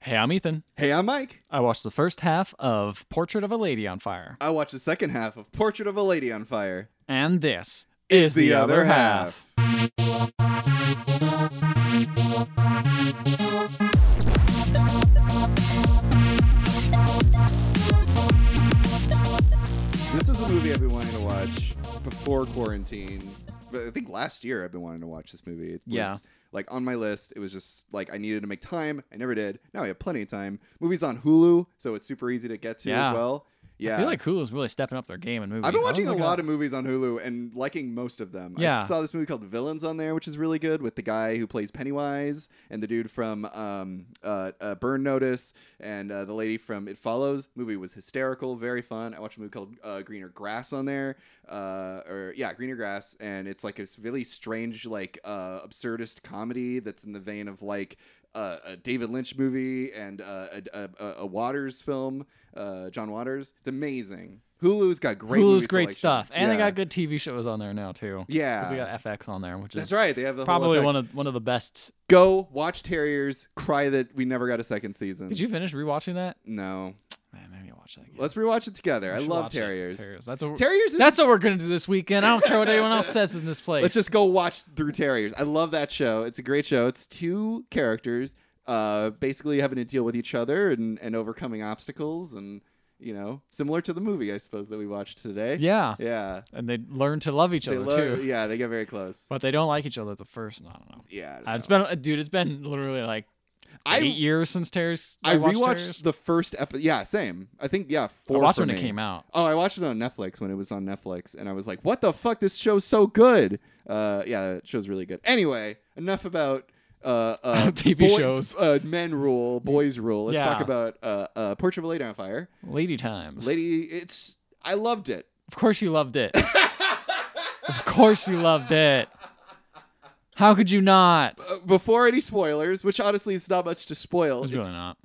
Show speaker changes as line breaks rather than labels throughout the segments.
Hey, I'm Ethan.
Hey, I'm Mike.
I watched the first half of Portrait of a Lady on Fire.
I watched the second half of Portrait of a Lady on Fire.
And this is, the, other, half.
This is a movie I've been wanting to watch before quarantine. But I think last year I've been wanting to watch this movie. It was,
Yeah.
Like on my list, it was just like I needed to make time. I never did. Now I have plenty of time. Movies on Hulu, so it's super easy to get to
Yeah.
as well. Yeah.
I feel like Hulu's really stepping up their game in movies.
I've been watching a lot
of.
of movies on Hulu and liking most of them.
uh, Yeah.
I saw this movie called Villains on there, which is really good with the guy who plays Pennywise and the dude from um, uh, uh, Burn Notice and uh, the lady from It Follows. Movie was hysterical, very fun. I watched a movie called uh, Greener Grass on there, uh, or yeah, Greener Grass, and it's like this really strange, like uh, absurdist comedy that's in the vein of like uh, a David Lynch movie and uh, a, a, a Waters film, uh, John Waters. It's amazing. Hulu's got great.
Hulu's
movie
great
selection.
stuff, and they
Yeah.
got good TV shows on there now too.
Yeah,
because they got FX on there, which is
that's right. They have the
probably
whole
one
effect.
of one of the best.
Go watch Terriers. Cry that we never got a second season.
Did you finish rewatching that?
No.
Man, maybe I'll watch that again.
Let's rewatch it together.
We
I
should
love
watch it.
Terriers.
Terriers. That's what.
Terriers is
That's what we're gonna do this weekend. I don't care what anyone else says in this place.
Let's just go watch through Terriers. I love that show. It's a great show. It's two characters uh, basically having to deal with each other and, and overcoming obstacles and, you know, similar to the movie, I suppose, that we watched today.
yeah,
Yeah.
and they learn to love each
They
other
lo-
too,
yeah, they get very close.
but they don't like each other at the first. I don't know.
Yeah. I don't
Uh, It's
know.
been, dude. It's been literally like
I-
eight years since Terry's.
I
watched
rewatched
Terriers.
the first episode. Yeah, same. I think, yeah,
I
four.
watched
for
when
me.
it came out.
Oh, I watched it on Netflix when it was on Netflix, and I was like, "What the fuck? This show's so good." Uh, yeah, that show's really good. Anyway, enough about uh, uh
TV
boy-
shows.
Uh, men rule, boys rule. Let's
Yeah.
talk about uh, uh, Portrait of a Lady on Fire.
Lady times.
Lady, it's I loved it.
Of course you loved it. of course you loved it. How could you not?
Uh, before any spoilers, which honestly is not much to spoil.
It's
It's-
really not.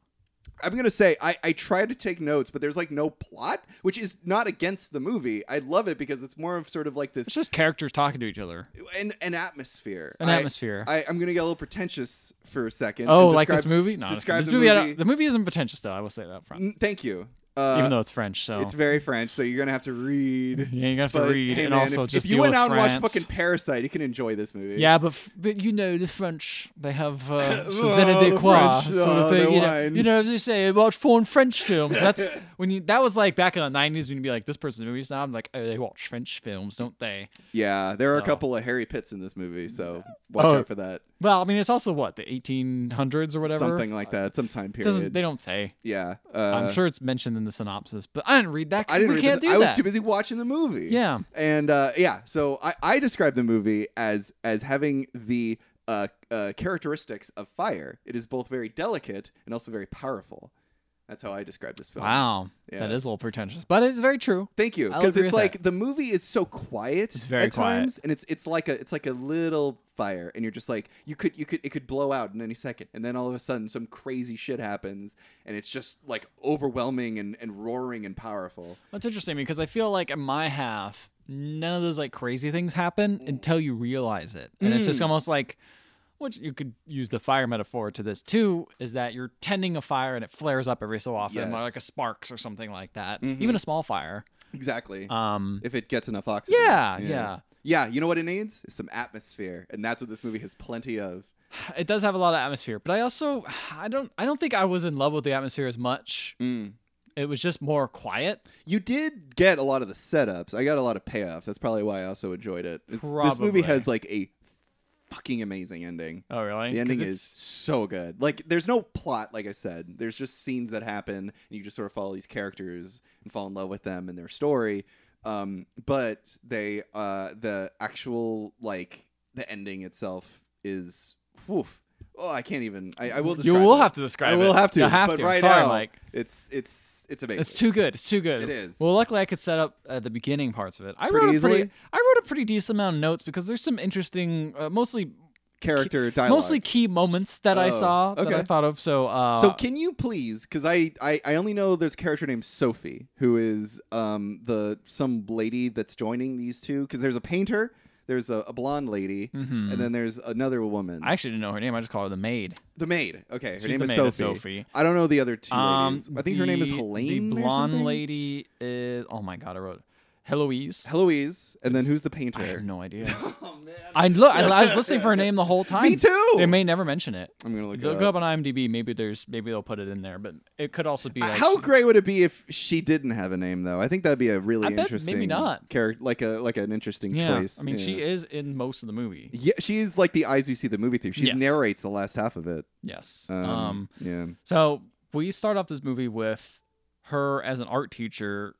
I'm gonna say I, I tried to take notes, but there's like no plot, which is not against the movie. I love it because it's more of sort of like
It's
this
just characters talking to each other.
an, an atmosphere.
An
I-
atmosphere.
I, I'm gonna get a little pretentious for a second.
oh,
and
like this
describe-
movie? No, this-
describe
this
the
movie, I don't-
movie-
the movie isn't pretentious though. I will say that up front.
N- Thank you. Uh,
Even though it's French, so
it's very French, so you're gonna have to read.
yeah, you have to
But,
read
hey,
and
man,
also
if,
just
if you
deal
went
with
out and
France.
watched fucking Parasite, you can enjoy this movie.
Yeah, but f- but you know the French, they have uh,
Oh,
Suzanne de
the
Croix
French,
sort of
oh,
thing.
the
You know,
wine.
you know, as they say, watch foreign French films. That's when you. That was like back in the nineties when you'd be like, this person's a movie snob. I'm like, oh, they watch French films, don't they?
yeah. There are a
So.
couple of Harry Pitts in this movie, so watch
Oh,
out for that.
Well, I mean, it's also what the eighteen hundreds or whatever.
Something like that, some time
It
period.
doesn't they don't say?
yeah. Uh,
I'm sure it's mentioned in the synopsis, but I didn't read that
I
because
didn't
we
read
can't
the-
do
I was
that.
too busy watching the movie.
Yeah.
And uh, yeah, so I, I describe the movie as as having the uh, uh, characteristics of fire. It is both very delicate and also very powerful. That's how I describe this film.
Wow, that is
Yes.
a little pretentious, but it's very true.
Thank you,
I'll
because
agree
it's
with
like the movie is so quiet
It's very
at
quiet.
times, and it's it's like a it's like a little fire, and you're just like you could you could it could blow out in any second, and then all of a sudden some crazy shit happens, and it's just like overwhelming and, and roaring and powerful.
That's interesting because I feel like in my half, none of those like crazy things happen
Mm.
until you realize it, and it's just almost like, which you could use the fire metaphor to this too, is that you're tending a fire and it flares up every so often,
Yes. Mm-hmm.
like a sparks or something like that, even a small fire.
Exactly.
Um,
if it gets enough oxygen.
yeah, yeah.
Yeah, you know what it needs? Is some atmosphere, and that's what this movie has plenty of.
it does have a lot of atmosphere but i also i don't i don't think i was in love with the atmosphere as much
Mm.
it was just more quiet
You did get a lot of the setups. I got a lot of payoffs. That's probably why I also enjoyed it. This, this
Probably.
movie has like a fucking amazing ending.
oh really
The
'Cause
ending is
it's-
so good. Like, there's no plot, like I said. There's just scenes that happen, and you just sort of follow these characters and fall in love with them and their story. Um, but they, uh, the actual like the ending itself is, whew, oh, I can't even. I, I will.
you
Describe
will
it.
have to describe
I will
it.
have to.
You'll have
but
to.
right
Sorry,
now,
Mike.
it's it's it's amazing.
it's too good. It's too good.
It is.
Well, luckily I could set up uh, the beginning parts of it. I
Pretty
wrote a pretty,
easily?
I wrote a pretty decent amount of notes because there's some interesting, uh, mostly,
character dialogue.
mostly key moments that I
Oh,
saw that I
okay.
thought of. So, uh,
So can you please? Because I, I I only know there's a character named Sophie who is um the some lady that's joining these two. Because there's a painter. there's a, a blonde lady,
Mhm.
and then there's another woman.
I actually didn't know her name. I just call her the maid.
the maid. Okay, her
She's
name
the
is
maid.
Sophie.
It's Sophie.
I don't know the other two
Um,
ladies. I think her name is
the-
Helene.
The
or
blonde
something?
lady is. Oh my god, I wrote Heloise.
Heloise, and then
It's-
who's the
I
painter?
have no idea.
oh man.
I look. I, I was listening for her name the whole time.
Me too.
They may never mention it.
I'm gonna look it
Look
up.
up on IMDb. Maybe there's. Maybe they'll put it in there, but it could also be
Uh,
like.
How great would it be if she didn't have a name though? I think that'd be a really
I bet maybe
interesting
not.
character, like a like an interesting
yeah,
choice.
I mean,
yeah.
she is in most of the movie.
Yeah, she is like the eyes we see the movie through. She
Yes.
narrates the last half of it.
Yes.
Um,
um
yeah.
So we start off this movie with her as an art teacher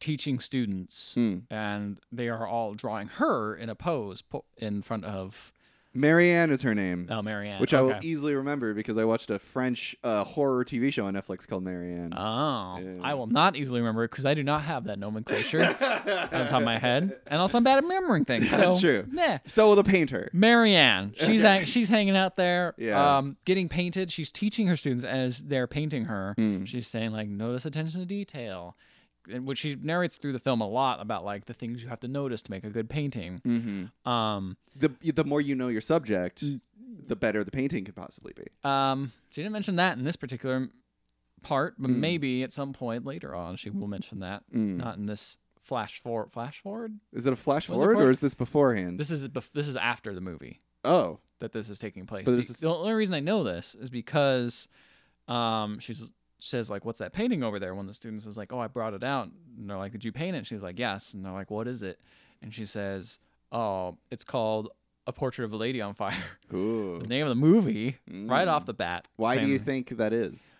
teaching students,
Hmm.
and they are all drawing her in a pose po- in front of
Marianne is her name,
oh, Marianne.
Hmm. which I will
Okay.
easily remember because I watched a French uh, horror TV show on Netflix called Marianne.
Oh,
Yeah.
I will not easily remember because I do not have that nomenclature on the top of my head, and also I'm bad at remembering things.
That's
so,
true.
Nah.
So the painter.
Marianne, she's
Okay.
hang- she's hanging out there,
Yeah.
um, getting painted. She's teaching her students as they're painting her.
Hmm.
She's saying like, notice attention to detail, and which she narrates through the film a lot about like the things you have to notice to make a good painting.
hmm
Um,
The the more you know your subject,
Mm.
the better the painting could possibly be.
um, she didn't mention that in this particular part, but
Mm.
maybe at some point later on she will mention that.
Mm.
Not in this flash forward. Flash forward.
Is it a flash
Was it
forward
for-
or is this beforehand?
This is bef- this is after the movie
oh,
that this is taking place.
But
Be-
this is-
The only reason I know this is because, um, she says like, "What's that painting over there?" One of the students is like, "Oh, I brought it out." And they're like, "Did you paint it?" She's like, "Yes." And they're like, "What is it?" And she says, "Oh, it's called." A portrait of a lady on fire.
Ooh.
The name of the movie, right
Mm.
off the bat.
Why do
saying-
you think that is?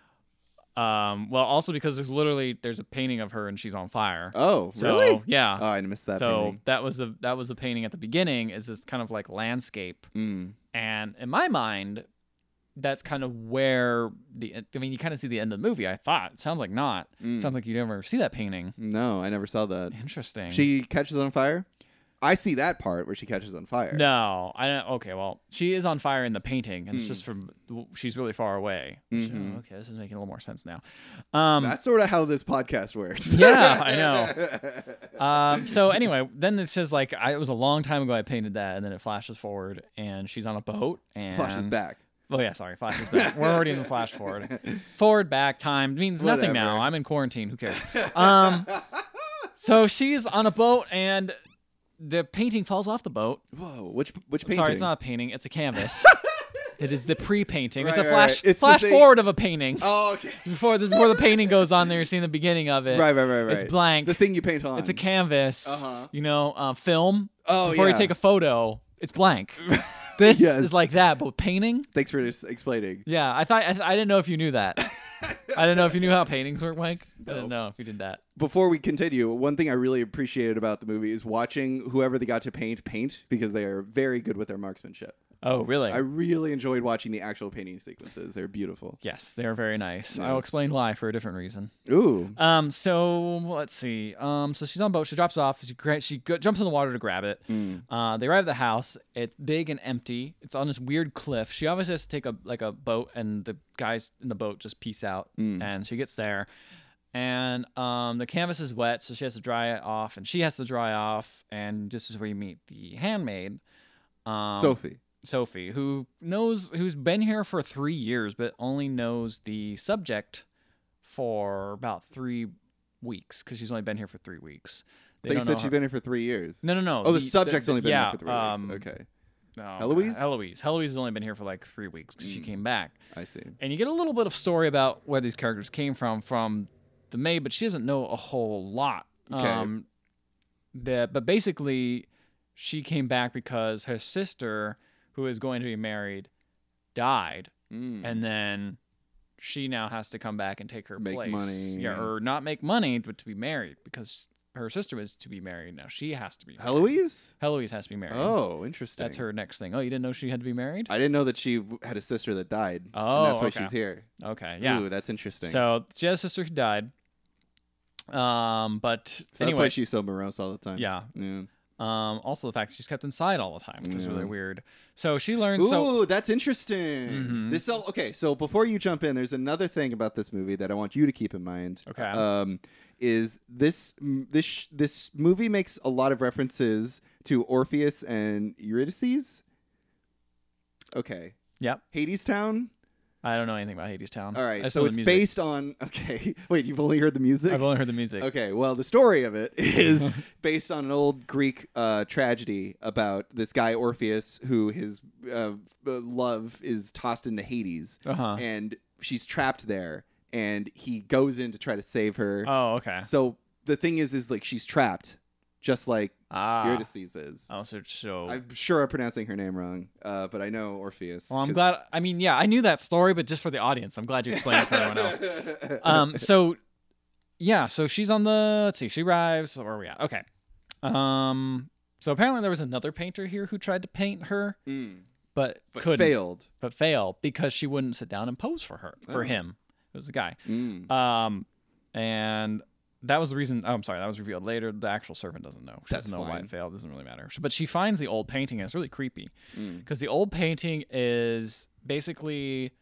Um, well, also because there's literally there's a painting of her and she's on fire.
Oh,
so,
really?
Yeah.
Oh, I missed that.
so
painting.
that was a that was a painting at the beginning. Is this kind of like landscape
Mm.
And in my mind, that's kind of where the I mean, you kind of see the end of the movie. I thought it sounds like not.
Mm.
Sounds like you never see that painting.
No, I never saw that.
Interesting.
She catches on fire. I see that part where she catches on fire.
no, I don't. Okay, well, she is on fire in the painting, and it's
Mm.
just from she's really far away. Which,
Mhm.
oh, okay, this is making a little more sense now. Um,
That's sort of how this podcast works.
Yeah, I
know.
um, so anyway, then it's just like I, it was a long time ago I painted that, and then it flashes forward, and she's on a boat, and
Flashes back.
Oh yeah, sorry, flashes back. We're already in the flash forward, forward, back. Time means nothing now.
Whatever.
I'm in quarantine. Who cares? Um, So she's on a boat and the painting falls off the boat.
Whoa, which which
I'm
painting?
sorry, it's not a painting, it's a canvas. it is the pre-painting. it's a
Right, right, right.
flash
It's the
flash
thing-
forward of a painting.
Oh, okay.
Before the before the painting goes on there, you're seeing the beginning of it.
Right, right, right, right.
It's blank.
The thing you paint on.
It's a canvas.
Uh-huh.
You know, uh, film.
Oh,
Before you
yeah.
take a photo, it's blank. This
Yes.
is like that, but painting.
Thanks for just explaining.
Yeah, I thought I, I didn't know if you knew that. I didn't know if you knew how paintings work, Mike. I
No.
didn't know if you did that.
Before we continue, one thing I really appreciated about the movie is watching whoever they got to paint paint because they are very good with their marksmanship.
Oh, really?
I really enjoyed watching the actual painting sequences. They're beautiful.
Yes, they are very nice. I'll
Yes.
explain why for a different reason.
Ooh.
Um, so let's see. Um, so she's on a boat. She drops off. She gra- she go- jumps in the water to grab it. Uh, they arrive at the house. It's big and empty. It's on this weird cliff. She obviously has to take a like a boat, and the guys in the boat just peace out. And she gets there, and um, the canvas is wet, so she has to dry it off, and she has to dry off. And this is where you meet the handmaid. Um,
Sophie.
Sophie, who knows who's been here for three years, but only knows the subject for about three weeks because she's only been here for three weeks. They
They
don't
said
know
she's
her-
been here for three years.
no, no, no.
Oh, the, subject's only been
yeah,
here for three
um,
weeks. Okay,
no,
Heloise? Mm.
Heloise. Heloise has only been here for like three weeks because she came back,
I see.
and you get a little bit of story about where these characters came from from the maid, but she doesn't know a whole lot.
Okay.
Um, that, but basically, she came back because her sister, who is going to be married, died
Mm.
and then she now has to come back and take her
Make
place.
money,
Yeah,
yeah.
or not make money, but to be married because her sister is to be married now. She has to be. married.
Heloise?
Heloise has to be married.
Oh, interesting.
that's her next thing. Oh, you didn't know she had to be married?
I didn't know that she w- had a sister that died.
Oh,
and that's why
okay.
she's here.
Okay, yeah.
Ooh, that's interesting.
so she has a sister who died. Um, but
So that's why
anyway,
she's so morose all the time.
yeah.
Yeah.
Um, also the fact that she's kept inside all the time, which is
Yeah.
really weird. So she learns.
Mm. Ooh,
So
that's interesting.
Mhm.
This all okay. So before you jump in, there's another thing about this movie that I want you to keep in mind.
Okay.
Um, is this m- this sh- this movie makes a lot of references to Orpheus and Eurydice. Okay.
Yep.
Hades Town.
I don't know anything about Hades Town.
All
Um, I still
right. So
know the
it's
music.
based on. Okay. Wait, you've only heard the music?
I've only heard the music.
Okay, well, the story of it is based on an old Greek uh, tragedy about this guy Orpheus, who his uh, love is tossed into Hades,
Uh huh.
and she's trapped there, and he goes in to try to save her.
Oh, okay.
So the thing is, is like she's trapped, just like
Ah.
Eurydice is.
also, so.
I'm sure I'm pronouncing her name wrong, uh, but I know Orpheus.
well, I'm
'cause-
glad. I mean, yeah, I knew that story, but just for the audience, I'm glad you explained it for everyone else. Um. So, yeah. So she's on the. Let's see. She arrives. Where are we at? Okay. Um. So apparently there was another painter here who tried to paint her,
Mm,
but,
but
couldn't,
failed.
but failed because she wouldn't sit down and pose for her for
Oh.
him. It was a guy.
Mm.
Um, and that was the reason. Oh, I'm sorry, that was revealed later. The actual servant doesn't know. She
That's
doesn't know why
fine.
it failed. Doesn't really matter. She- But she finds the old painting, and it's really creepy
Mm.
because the old painting is basically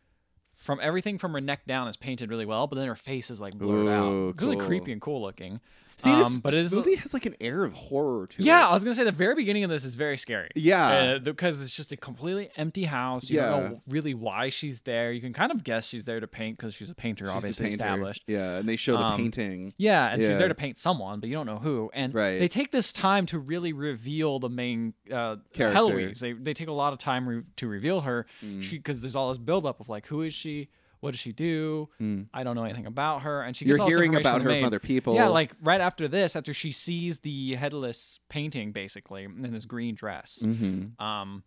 from everything from her neck down is painted really well, but then her face is like blurred
Ooh,
out. It's really
cool.
creepy and cool looking.
See, this,
um, but it
this
is-
movie has like an air of horror to
Yeah,
it.
I was gonna say the very beginning of this is very scary.
Yeah.
because it's just a completely empty house. You don't
Yeah.
know really why she's there. You can kind of guess she's there to paint because she's a painter,
She's the
obviously
painter.
established.
Yeah, and they show the
Um,
painting.
Yeah, and she's
Yeah.
there to paint someone, but you don't know who. And
Right.
they take this time to really reveal the main uh,
Character.
Heloise. They they take a lot of time re- to reveal her.
Mm.
She because there's all this buildup of like, who is she? What does she do?
Mm.
I don't know anything about her. And she gets
You're
all this
hearing
information
about her
from the
from
maid.
other people.
Yeah, like right after this, after she sees the headless painting, basically in this green dress.
hmm
Um,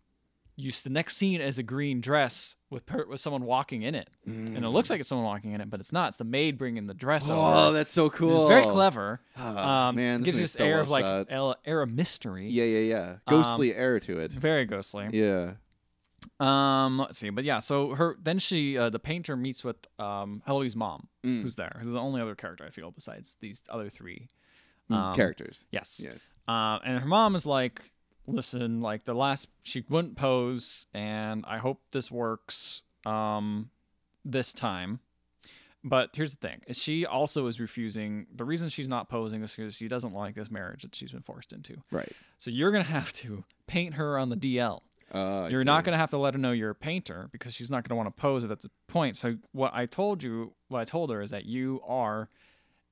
you s- the next scene is a green dress with per, with someone walking in it, and
Mm.
it looks like it's someone walking in it, but it's not. It's the maid bringing the dress
Oh,
over.
that's so cool.
It's very clever.
Ah,
Um,
man,
it
this
gives you
movie's
this
so
air
well
of like Um,
shot.
el- air of mystery.
Yeah, yeah, yeah. Ghostly air to it.
It's very ghostly.
Yeah.
Um, let's see, but yeah, so her then she uh, the painter meets with um Heloise's mom,
Mm.
who's there, who's the only other character I feel besides these other three.
Mm,
Um,
Characters.
Yes.
Yes.
Uh, and her mom is like, listen, like the last she wouldn't pose, and I hope this works um this time. But here's the thing: is she also is refusing. The reason she's not posing is because she doesn't like this marriage that she's been forced into.
Right.
So you're gonna have to paint her on the DL.
Uh, I
You're not
see.
gonna have to let her know you're a painter because she's not gonna want to pose at that point. So what I told you, what I told her is that you are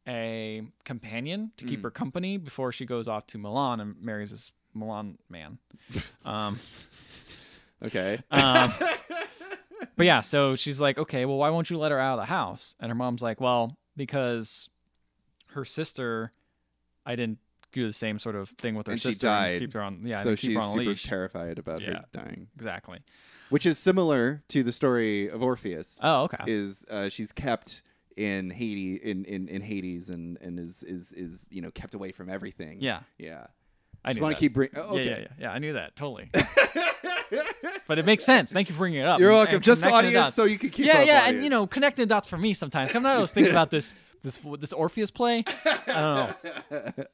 a companion to keep
Mm.
her company before she goes off to Milan and marries this Milan man. um,
Okay.
um, but yeah, so she's like, okay, well, why won't you let her out of the house? And her mom's like, well, because her sister, I didn't do the same sort of thing with her
And she
sister
died.
and keep her on, yeah, I
so
didn't keep
she's
her on a
super
leash.
terrified about
Yeah.
her dying,
exactly.
which is similar to the story of Orpheus.
Oh, okay.
is uh, she's kept in Hades in, in, in Hades and, and is, is is you know kept away from everything.
yeah,
Yeah.
I
just
knew that.
want to keep bringing. Oh,
Yeah, yeah,
okay.
yeah, yeah. I knew that totally, but it makes sense. Thank you for bringing it up.
You're
Um, and-
welcome.
and
Just
connecting the
audience,
dots.
so you can keep.
yeah,
up,
yeah,
audience.
and you know, connecting the dots for me sometimes. I'm not always thinking about this this this Orpheus play. I don't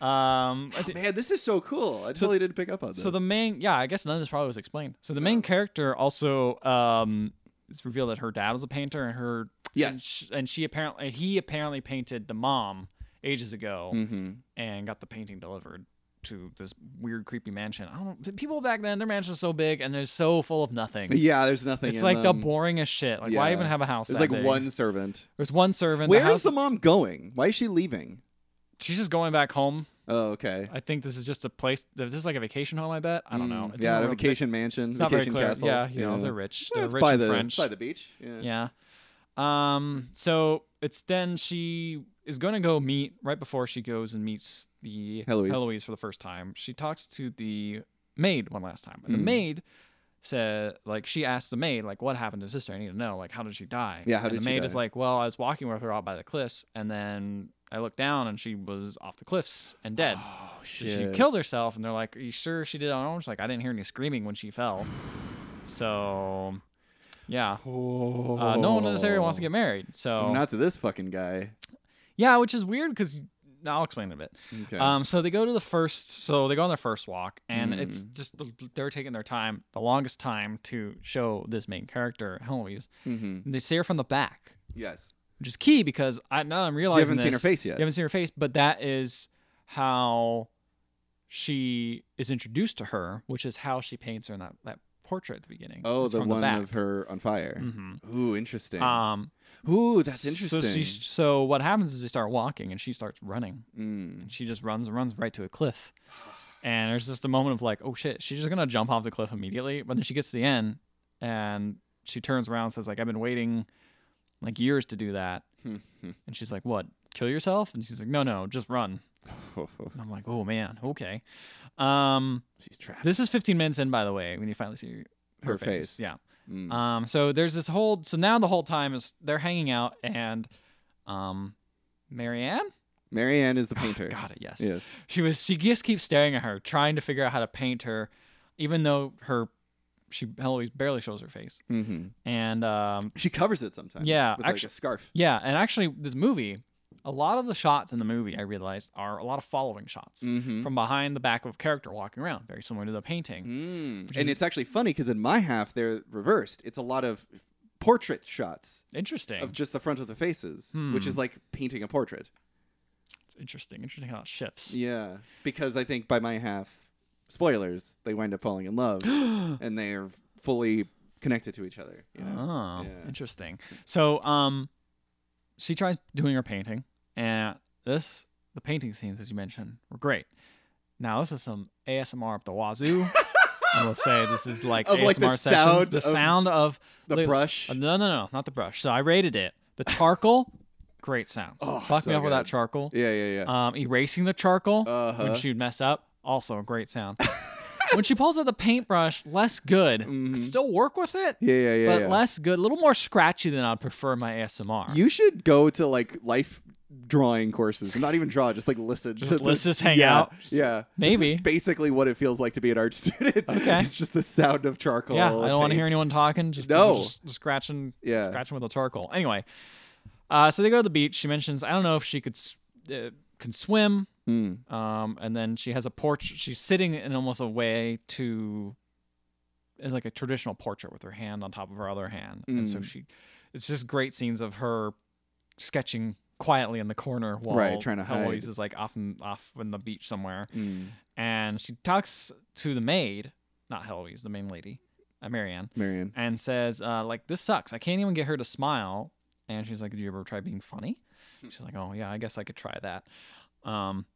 know. Um, I thi-
Man, this is so cool. I totally didn't pick up on this.
so the main, yeah, I guess none of this probably was explained. So the main character also, um, it's revealed that her dad was a painter, and her
Yes.
and she, and she apparently he apparently painted the mom ages ago
Mm-hmm.
and got the painting delivered to this weird creepy mansion. I don't know. People back then, their mansions so big and they're so full of nothing.
Yeah, there's nothing.
It's
in
like
them.
the boringest shit. Like why
Yeah.
even have a house?
There's
that
like
big?
one servant.
There's one servant.
Where
the house
is the mom going? Why is she leaving?
She's just going back home.
Oh, okay.
I think this is just a place. This is like a vacation home. I bet. I don't know.
Mm,
It's
Yeah,
not
a
real-
vacation mansion,
It's not very
vacation
clear.
castle.
Yeah, you know they're rich.
Yeah,
They're
it's
rich
by
and
the
French.
it's by the beach. Yeah.
Yeah. Um. So it's then she is gonna go meet right before she goes and meets the
Heloise.
for the first time. She talks to the maid one last time, and the
Mm.
maid said, like, she asked the maid, like, what happened to his sister? I need to know, like, how did she die?
Yeah, how
and
did
the
she
maid is
die?
like, well, I was walking with her out by the cliffs, and then I looked down, and she was off the cliffs and dead.
Oh
So
shit.
she killed herself, and they're like, "Are you sure she did it on her own?" She's like, "I didn't hear any screaming when she fell." So, yeah, uh, no one in this area wants to get married. So
Oh. Not to this fucking guy.
yeah, which is weird because I'll explain in a bit.
Okay.
Um, so they go to the first, so they go on their first walk, and
Mm.
it's just they're taking their time, the longest time to show this main character Heloise.
mm-hmm.
And they see her from the back,
Yes.
which is key because I now I'm
You
realizing
haven't seen her
this-
face yet.
You haven't seen her face, but that is how she is introduced to her, which is how she paints her in that, that portrait at the beginning.
Oh,
It's
the
from
one
back.
of her on fire.
Mhm.
Ooh, interesting.
Um,
Ooh, that's
so
interesting.
she, so what happens is they start walking, and she starts running.
Mm.
And she just runs and runs right to a cliff. And there's just a moment of like, oh shit, she's just gonna jump off the cliff immediately. But then she gets to the end, and she turns around and says like, I've been waiting like years to do that. And she's like, what? Kill yourself? And she's like, no, no, just run. And I'm like, oh man, okay. Um,
She's trapped.
this is 15 minutes in, by the way, when you finally see her,
Her face.
Yeah.
Mm.
Um, so there's this whole. So now the whole time is they're hanging out, and um, Marianne
Marianne is the painter.
got it. Yes.
Yes.
She was. She just keeps staring at her, trying to figure out how to paint her, even though her she always barely shows her face.
hmm
And um,
She covers it sometimes.
Yeah,
with
actu-
like a scarf.
yeah, and actually, this movie, a lot of the shots in the movie, I realized, are a lot of following shots
Mhm.
from behind the back of a character walking around, very similar to the painting.
Mm.
Which
And
is-
it's actually funny because in my half they're reversed. It's a lot of portrait shots
Interesting.
Mm. of just the front of the faces, which
Hmm.
is like painting a portrait.
interesting. Interesting how it shifts.
Yeah, because I think by my half, spoilers, they wind up falling in love and they are fully connected to each other. You know?
Oh,
Yeah.
interesting. So, um, she tries doing her painting, and this the painting scenes, as you mentioned, were great. Now this is some ASMR up the wazoo. I will say this is like
Of,
ASMR
like, the
sessions.
sound
the
of
sound of
the brush.
uh, no, no, no, not the brush. So I rated it. The charcoal, great sounds.
Oh,
Fuck me
so
up with that
good.
charcoal.
yeah, yeah, yeah.
Um, erasing the charcoal
Uh-huh.
when she'd mess up, also a great sound. when she pulls out the paintbrush, less good.
Mm-hmm.
Could still work with it
yeah, yeah, yeah.
but
yeah.
less good, a little more scratchy than I'd prefer my ASMR.
You should go to like life drawing courses and not even draw, just like listen.
Just
to the-
let's just hang
yeah,
out.
Yeah. This is
Maybe.
basically what it feels like to be an art student.
Okay.
it's just the sound of charcoal.
yeah, I don't want to
paint.
hear anyone talking. Just
No.
people just, just scratching,
Yeah.
scratching with the charcoal. Anyway, uh, so they go to the beach. She mentions I don't know if she could s- uh, can swim.
Mm.
Um, and then she has a portrait. She's sitting in almost a way to, is like a traditional portrait with her hand on top of her other hand, and so
Mm.
she, it's just great scenes of her sketching quietly in the corner while
Right, trying to hide.
Eloise is like off in, off in the beach somewhere.
Mm.
and she talks to the maid, not Heloise, the main lady, uh, Marianne,
Marion.
and says, uh, like, this sucks. I can't even get her to smile. And she's like, did you ever try being funny?
Hmm.
She's like, oh, yeah, I guess I could try that. Um,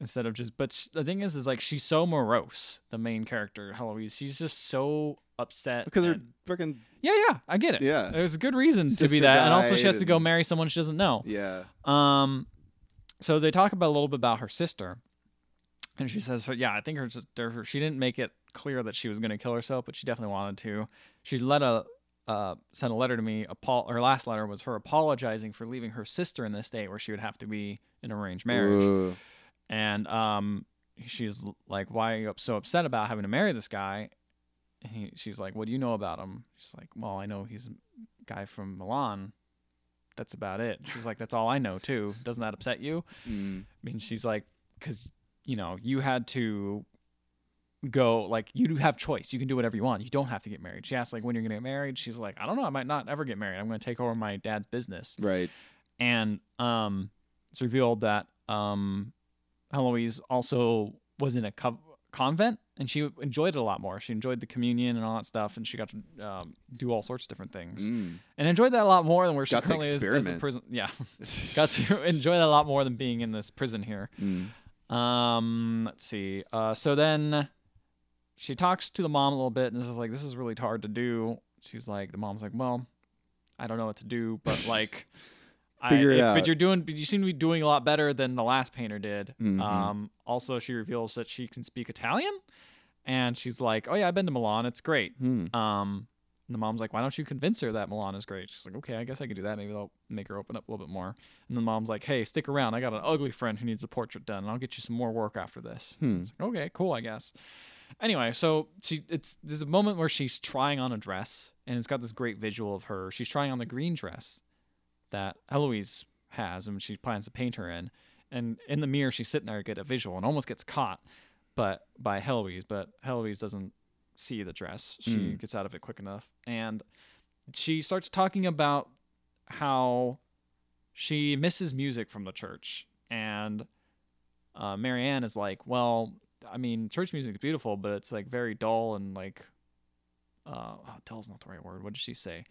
instead of just, but sh- the thing is, is like, she's so morose, the main character, Heloise. She's just so upset.
Because her
and-
freaking
yeah, yeah, I get it.
Yeah.
There's a good reason to
Sister
be that. And also, she
died
has to go
and-
marry someone she doesn't know.
Yeah.
Um, so they talk about a little bit about her sister, and she says, so, "Yeah, I think her sister. She didn't make it clear that she was going to kill herself, but she definitely wanted to. She let a uh, sent a letter to me. Apo- her last letter was her apologizing for leaving her sister in this state where she would have to be in arranged marriage,
Ooh.
and um, she's like, "Why are you so upset about having to marry this guy?" And he, she's like, "What do you know about him?" She's like, "Well, I know he's a guy from Milan." That's about it. She's like, "That's all I know too." Doesn't that upset you?
Mm.
I mean, she's like, "Cause you know you had to go like you do have choice. You can do whatever you want. You don't have to get married." She asks like, "When you're gonna get married?" She's like, "I don't know. I might not ever get married. I'm gonna take over my dad's business."
Right.
and um, it's revealed that um, Heloise also was in a co- convent, and she enjoyed it a lot more. She enjoyed the communion and all that stuff, and she got to um, do all sorts of different things,
Mm.
and enjoyed that a lot more than where she
Got to
currently is as a
experiment.
prison. Yeah, got to enjoy that a lot more than being in this prison here.
Mm.
Um, let's see. Uh, so then she talks to the mom a little bit, and this is like, this is really hard to do. She's like, the mom's like, well, I don't know what to do, but like,
Figure
I,
it
if- But
out.
you're doing, but you seem to be doing a lot better than the last painter did.
Mhm.
Um, also, she reveals that she can speak Italian, and she's like, oh yeah, I've been to Milan. It's great.
Mm.
Um, and the mom's like, why don't you convince her that Milan is great? She's like, okay, I guess I could do that. Maybe that'll make her open up a little bit more. And the mom's like, hey, stick around. I got an ugly friend who needs a portrait done, and I'll get you some more work after this.
Hmm.
It's like, okay, cool, I guess. Anyway, so she it's there's a moment where she's trying on a dress, and it's got this great visual of her. She's trying on the green dress that Eloise has, and she plans to paint her in. And in the mirror, she's sitting there to get a visual, and almost gets caught, but by Heloise. But Heloise doesn't see the dress. She
Mm.
gets out of it quick enough, and she starts talking about how she misses music from the church, and uh, Marianne is like, "Well, I mean, church music is beautiful, but it's like very dull and like, uh, oh, dull's not the right word. What did she say?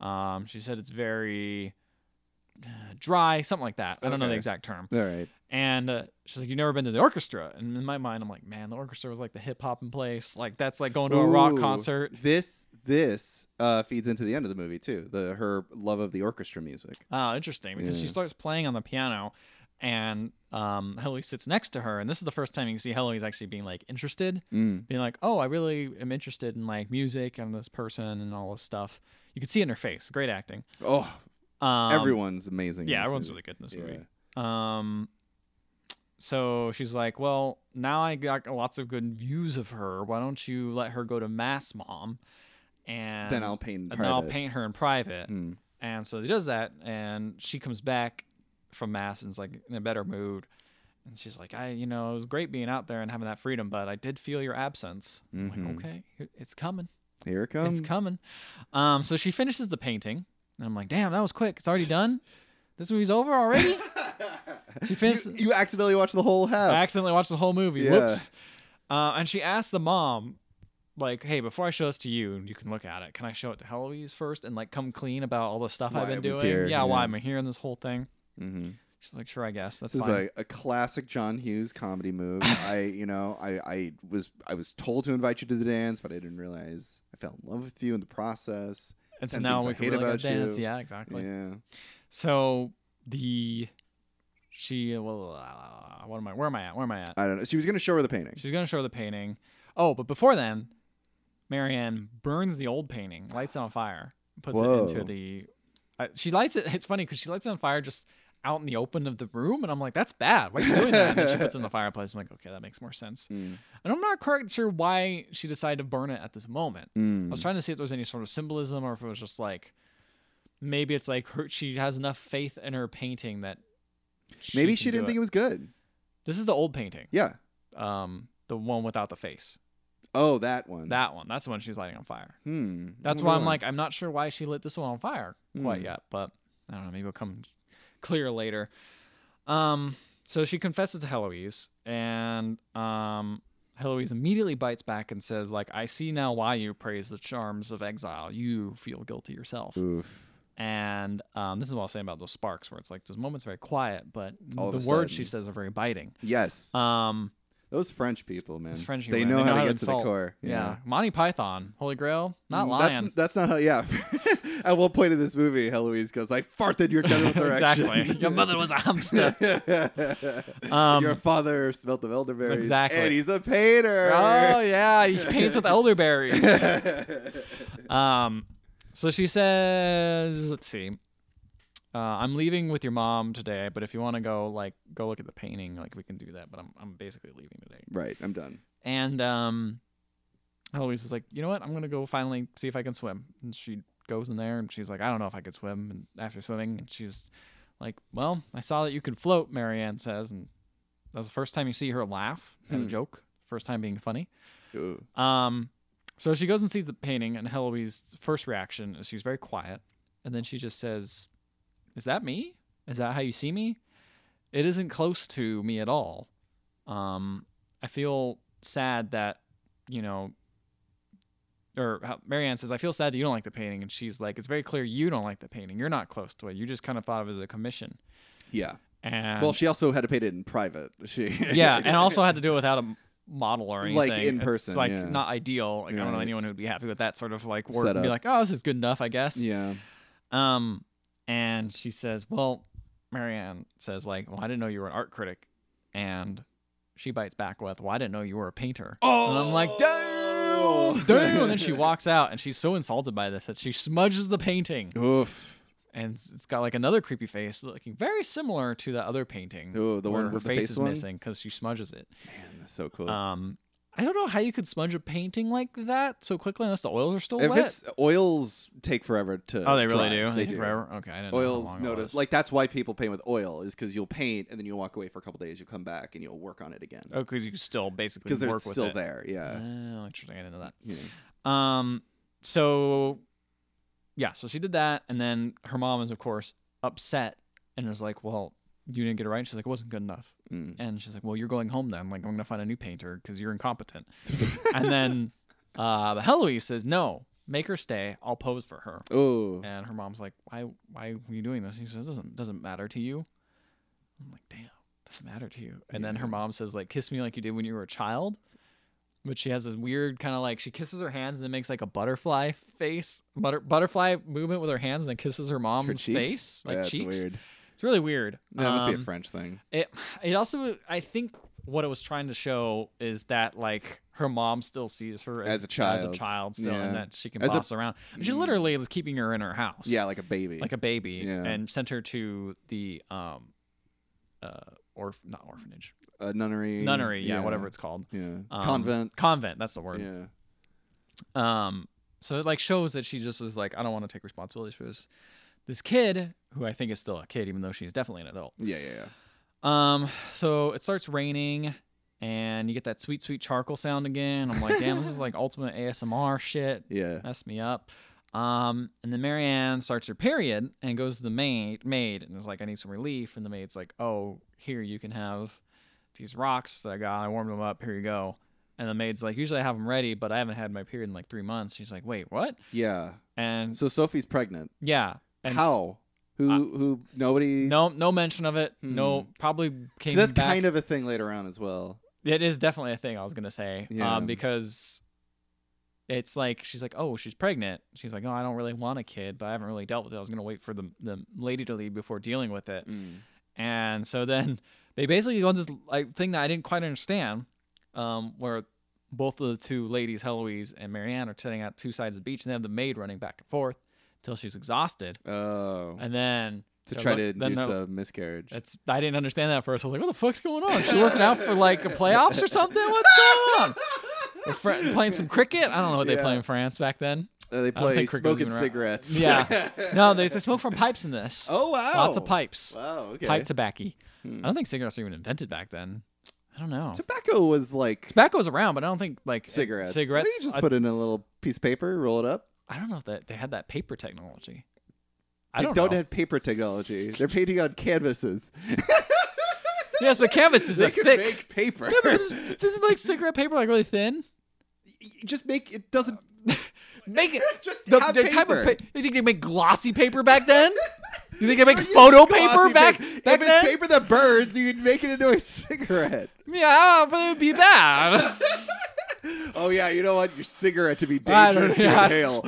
Um, she said it's very uh, dry, something like that. I don't know the
Okay.
exact term.
All right.
And uh, she's like, "You've never been to the orchestra." And in my mind, I'm like, "Man, the orchestra was like the hip hop in place. Like that's like going to a rock
Ooh,
concert."
This this uh, feeds into the end of the movie too. The her love of the orchestra music.
Oh, interesting. Because she
Yeah.
starts playing on the piano, and um, Heloise sits next to her, and this is the first time you can see Heloise actually being like interested,
Mm.
being like, "Oh, I really am interested in like music and this person and all this stuff." You can see it in her face. Great acting.
Oh,
Um,
everyone's amazing. in
Yeah,
this
everyone's
movie.
really good in this
Yeah.
movie. Um, so she's like, "Well, now I got lots of good views of her. Why don't you let her go to mass, mom?" And
Then I'll paint.
and then I'll
private.
paint her in private.
Mm.
And so he does that, and she comes back from mass and is like in a better mood. And she's like, I, you know, it was great being out there and having that freedom, but I did feel your absence. I'm
Mhm.
like, okay, here- it's coming,
Here it comes.
it's coming. Um, so she finishes the painting, and I'm like, damn, that was quick. It's already done. this movie's over already. She finished-
You, you accidentally watched the whole half.
I accidentally watched the whole movie.
Yeah.
Whoops. Uh, and she asked the mom, like, hey, before I show this to you, and you can look at it, can I show it to Heloise first and like come clean about all the stuff
Why
I've been
I was
doing?
here,
yeah,
yeah.
why am I here in this whole thing?
Mhm.
She's like, sure, I guess. That's
This
fine.
is a, a classic John Hughes comedy move. I, you know, I, I was I was told to invite you to the dance, but I didn't realize I fell in love with you in the process.
and so
10
now
Things I
we can
Hate
really go
About
dance.
You.
Yeah, exactly.
yeah.
So the she well, uh, what am I? Where am I at? Where am I at?
I don't know. She was gonna show her the painting.
She's gonna show the painting. Oh, but before then, Marianne burns the old painting, lights it on fire, puts it into
Whoa.
the. I she lights it. It's funny because she lights it on fire just out in the open of the room, and I'm like, that's bad. Why are you doing that? And then she puts it in the fireplace. I'm like, okay, that makes more sense.
Mm.
And I'm not quite sure why she decided to burn it at this moment. I was
Mm.
trying to see if there was any sort of symbolism or if it was just like maybe it's like her, she has enough faith in her painting that
Maybe
can
she didn't
do
think it was good.
This is the old painting.
Yeah.
Um the one without the face.
Oh, that one.
That one. That's the one she's lighting on fire.
Hmm.
That's
Wonder
why I'm like I'm not sure why she lit this one on fire quite
Hmm.
yet, but I don't know, maybe it'll come clear later. Um so she confesses to Heloise and um Heloise immediately bites back and says like I see now why you praise the charms of exile. You feel guilty yourself.
Oof.
And um, this is what I was saying about those sparks, where it's like those moments very quiet, but
All of
the
a
words she
sudden.
says are very biting.
Yes.
Um,
Those French people, man.
Those French
They
people,
know,
they
how,
know how
to
to
get to the
insult.
core.
yeah. Monty Python, Holy Grail, not
Mm,
lying.
That's, that's not how. Yeah. At one point in this movie, Heloise goes, "I farted your general direction."
exactly. Your mother was a hamster.
um,
Um,
your father smelt of elderberries.
Exactly.
And he's a painter.
oh yeah, he paints with elderberries. Um, so she says, let's see. Uh, I'm leaving with your mom today, but if you want to go, like, go look at the painting, like, we can do that. But I'm, I'm basically leaving today.
right. I'm done.
And um, Eloise is like, you know what? I'm gonna go finally see if I can swim. And she goes in there, and she's like, I don't know if I could swim. And after swimming, and she's like, Well, I saw that you can float. Marianne says, and that was the first time you see her laugh at a
Hmm.
joke. First time being funny.
Ooh.
Um, so she goes and sees the painting, and Heloise's first reaction is she's very quiet, and then she just says, "Is that me? Is that how you see me? It isn't close to me at all. Um, I feel sad that you know." Or how- Marianne says, "I feel sad that you don't like the painting," and she's like, "It's very clear you don't like the painting. You're not close to it. You just kind of thought of it as a commission."
Yeah.
And
Well, she also had to paint it in private. She.
yeah, and also had to do it without a m- model or anything.
Like, in
It's,
person,
like
yeah.
not ideal. Like I don't know
Right.
anyone who'd be happy with that sort of like work. And be
Setup.
like, oh, this is good enough, I guess.
Yeah.
Um, and she says, well, Marianne says like, well, I didn't know you were an art critic, and she bites back with, well, I didn't know you were a painter.
Oh.
And I'm like, damn, damn. And then she walks out, and she's so insulted by this that she smudges the painting,
Oof.
and it's- it's got like another creepy face looking very similar to the other painting.
Ooh, the
where
one
her
with the
face
face
is
one?
missing because she smudges it.
Man, that's so cool.
Um, I don't know how you could smudge a painting like that so quickly unless the oils are still
if
wet.
it's oils take forever to.
oh, they really
dry.
do.
They
take
do.
Forever? Okay, I didn't know. how
Oils
long it
notice
was.
like that's why people paint with oil is because you'll paint and then you'll walk away for a couple days, you'll come back and you'll work on it again
oh, because you can still basically
because they're
work with
still
it.
there. Yeah.
Oh, interesting. I didn't know
yeah.
that. Um, so yeah, so she did that, and then her mom is of course upset and is like, "Well, you didn't get it right. She's like, it wasn't good enough.
Mm.
And she's like, well, you're going home then. Like, I'm going to find a new painter because you're incompetent. and then uh, Heloise says, no, make her stay. I'll pose for her.
Oh,
And her mom's like, why, why are you doing this? And she says, doesn't, doesn't matter to you. I'm like, damn, doesn't matter to you. And then her mom says, like, kiss me like you did when you were a child. But she has this weird kind of like she kisses her hands and then makes like a butterfly face, butter, butterfly movement with her hands and then kisses her mom's
her cheeks?
face, like
yeah, it's
cheeks.
weird.
It's really weird.
That must be a
Um,
French thing.
it it also I think what it was trying to show is that like her mom still sees her
As a
as a
child.
child still,
Yeah.
and that she can
As a-
boss around. And she
Mm.
literally is keeping her in her house,
Yeah, like a baby.
like a baby,
Yeah.
and sent her to the um, uh, orph not orphanage,
a nunnery.
nunnery, yeah, whatever it's called,
Yeah,
Um,
convent.
convent. That's the word.
Yeah,
Um, so it like shows that she just is like, I don't want to take responsibility for this this kid who I think is still a kid, even though she's definitely an adult.
yeah, yeah, yeah.
Um, so it starts raining and you get that sweet, sweet charcoal sound again. I'm like, damn, this is like ultimate ASMR shit.
Yeah.
Messed me up. Um, and then Marianne starts her period and goes to the maid maid and is like, I need some relief. And the maid's like, Oh, here you can have these rocks that I got. I warmed them up. Here you go. And the maid's like, Usually I have them ready, but I haven't had my period in like three months. She's like, Wait, what?
Yeah.
And
So Sophie's pregnant.
yeah. And s-
How? Who? who? Nobody.
No, no mention of it. No, probably
'Cause
came.
Hmm. that's
back.
kind of a thing later on as well.
It is definitely a thing I was gonna say.
Yeah.
Um, because it's like she's like, oh, she's pregnant. She's like, oh, I don't really want a kid, but I haven't really dealt with it. I was gonna wait for the the lady to leave before dealing with it.
Mm.
And so then they basically go on this like thing that I didn't quite understand, um, where both of the two ladies, Heloise and Marianne, are sitting at two sides of the beach, and they have the maid running back and forth till she's exhausted,
Oh.
and then
to
they're
try
look-
to
then
induce
they're-
a miscarriage.
that's I didn't understand that at first. I was like, what the fuck's going on? Is she working out for like a playoffs or something? What's going on? Or Fr- playing some cricket? I don't know what they
Yeah.
play in France back then.
Uh, they
I don't
play
think cricket was
smoking
even around.
cigarettes.
Yeah. No, they, they smoke from pipes in this.
oh wow.
Lots of pipes.
Wow. Okay.
Pipe tobacco.
Hmm.
I don't think cigarettes were even invented back then. I don't know.
Tobacco was like
Tobacco's around, but I don't think like
cigarettes.
Cigarettes.
You just
I,
put it in a little piece of paper, roll it up.
I don't know if that they had that paper technology. I
They
don't,
don't,
know.
have paper technology. They're painting on canvases.
yes, but canvas is
they
a
could
thick.
make paper.
Yeah, but this- this is like cigarette paper, like really thin.
just make it doesn't.
Make it.
Just
the,
have
the
paper.
type of pa- you think they make glossy paper back then? You think they make
Or use
photo
glossy
paper back
paper.
back
if it's
then?
paper that burns, you can make it into a cigarette.
Yeah, but it would be bad.
Oh yeah, you don't want your cigarette to be
I don't-
dangerous to
yeah.
inhale.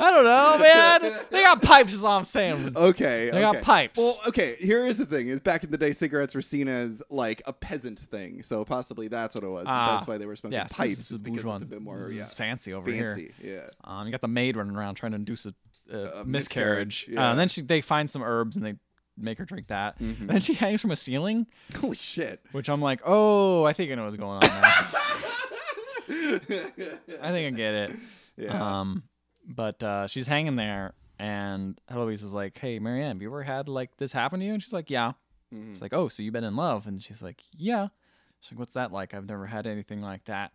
I don't know, man. They got pipes, is all I'm saying.
Oh, Okay.
They
okay.
got pipes.
Well, okay, here is the thing is back in the day cigarettes were seen as like a peasant thing. So possibly that's what it was. is
Ah,
that's why they were smoking
Yeah, so this
pipes
is
is because
bourgeois.
it's a bit more
This
yeah,
is fancy over here.
fancy. Yeah.
Um, you got the maid running around trying to induce a, a
A
miscarriage.
miscarriage,
Uh,
yeah.
and then she they find some herbs and they make her drink that.
Mhm.
And then she hangs from a ceiling,
Holy shit.
which I'm like, oh, I think I know what's going on. Now. I
yeah.
think I get it. Um, but uh, she's hanging there, and Heloise is like, "Hey, Marianne, have you ever had like this happen to you?" And she's like, "Yeah."
Mhm.
It's like, "Oh, so you've been in love?" And she's like, "Yeah." She's like, "What's that like? I've never had anything like that."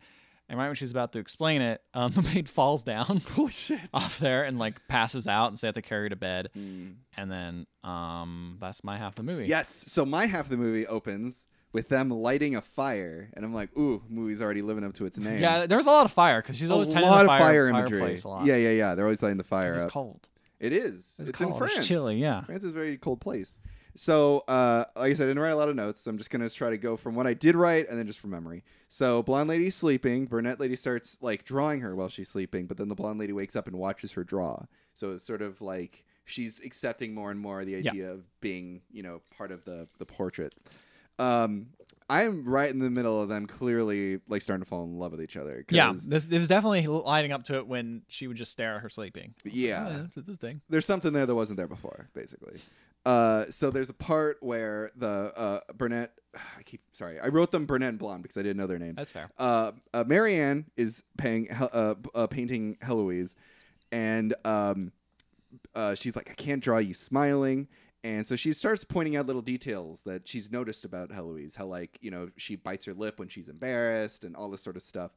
And right when she's about to explain it, um, the maid falls down
Holy shit.
off there and like passes out, and so they have to carry her to bed.
Mm.
And then, um, that's my half of the movie.
Yes. So my half of the movie opens with them lighting a fire, and I'm like, "Ooh, movie's already living up to its name."
yeah. There was a lot of fire because she's
a
always
lot
tending the
of
fire,
fire imagery.
fireplace a lot.
Yeah, yeah, yeah. They're always lighting the
'Cause
fire
It's
up.
cold.
It is. It's, in
cold.
France.
It's chilly. Yeah.
France is a very cold place. So, uh, like I said, I didn't write a lot of notes. So I'm just gonna try to go from what I did write and then just from memory. So, blonde lady sleeping. Brunette lady starts like drawing her while she's sleeping, but then the blonde lady wakes up and watches her draw. So it's sort of like she's accepting more and more the
Yeah.
idea of being, you know, part of the the portrait. Um, I'm right in the middle of them clearly like starting to fall in love with each other. 'cause
Yeah, this, it was definitely lining up to it when she would just stare at her sleeping. I was like,
Yeah.
"Oh, that's the thing.
there's something there that wasn't there before, basically. Uh, so there's a part where the uh, Burnett, I keep sorry, I wrote them Burnett and Blonde because I didn't know their name.
That's fair.
Uh, uh, Marianne is paying, Hel- uh, b- uh, painting Heloise, and um, uh, she's like, I can't draw you smiling. And so she starts pointing out little details that she's noticed about Heloise, how like you know she bites her lip when she's embarrassed and all this sort of stuff.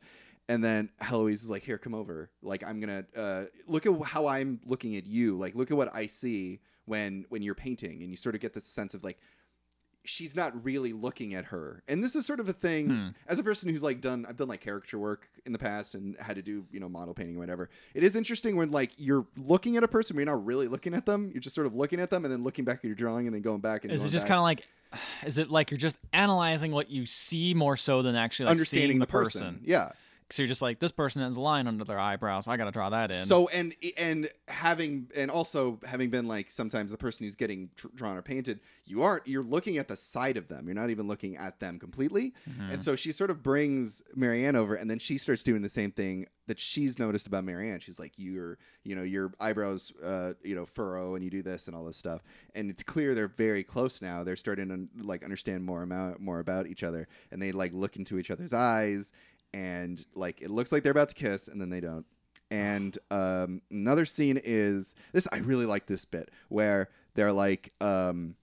And then Heloise is like, "Here, come over. Like, I'm gonna uh, look at how I'm looking at you. Like, look at what I see when when you're painting." And you sort of get this sense of like, she's not really looking at her. And this is sort of a thing
Hmm.
as a person who's like done I've done like caricature work in the past and had to do, you know, model painting or whatever. It is interesting when like you're looking at a person, but you're not really looking at them. You're just sort of looking at them and then looking back at your drawing and then going back and
Is it
going
just
back.
kind of like, is it like you're just analyzing what you see more so than actually like seeing
understanding
the
person. Yeah.
So you're just like, this person has a line under their eyebrows. I gotta draw that in.
So and e, and having and also having been like sometimes the person who's getting tr- drawn or painted, you aren't you're looking at the side of them. You're not even looking at them completely.
Mhm.
And so she sort of brings Marianne over, and then she starts doing the same thing that she's noticed about Marianne. She's like, "Your, you know, your eyebrows, uh, you know, furrow, and you do this and all this stuff." And it's clear they're very close now. They're starting to like understand more about more about each other, and they like look into each other's eyes, and like it looks like they're about to kiss, and then they don't. And um, another scene is this. I really like this bit where they're like, um,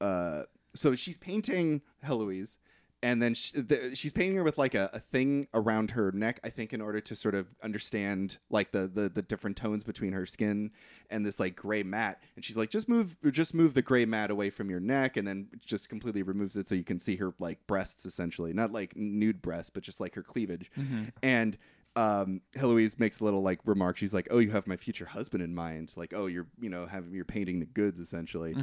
uh, so she's painting Heloise and then sh the, she's painting her with like a, a thing around her neck i think in order to sort of understand like the, the the different tones between her skin and this like gray mat and she's like just move just move the gray mat away from your neck and then just completely removes it so you can see her like breasts essentially not like nude breasts but just like her cleavage
Mhm.
and um, Heloise makes a little like remark. She's like, "Oh, you have my future husband in mind. Like, oh, you're you know having you're painting the goods essentially."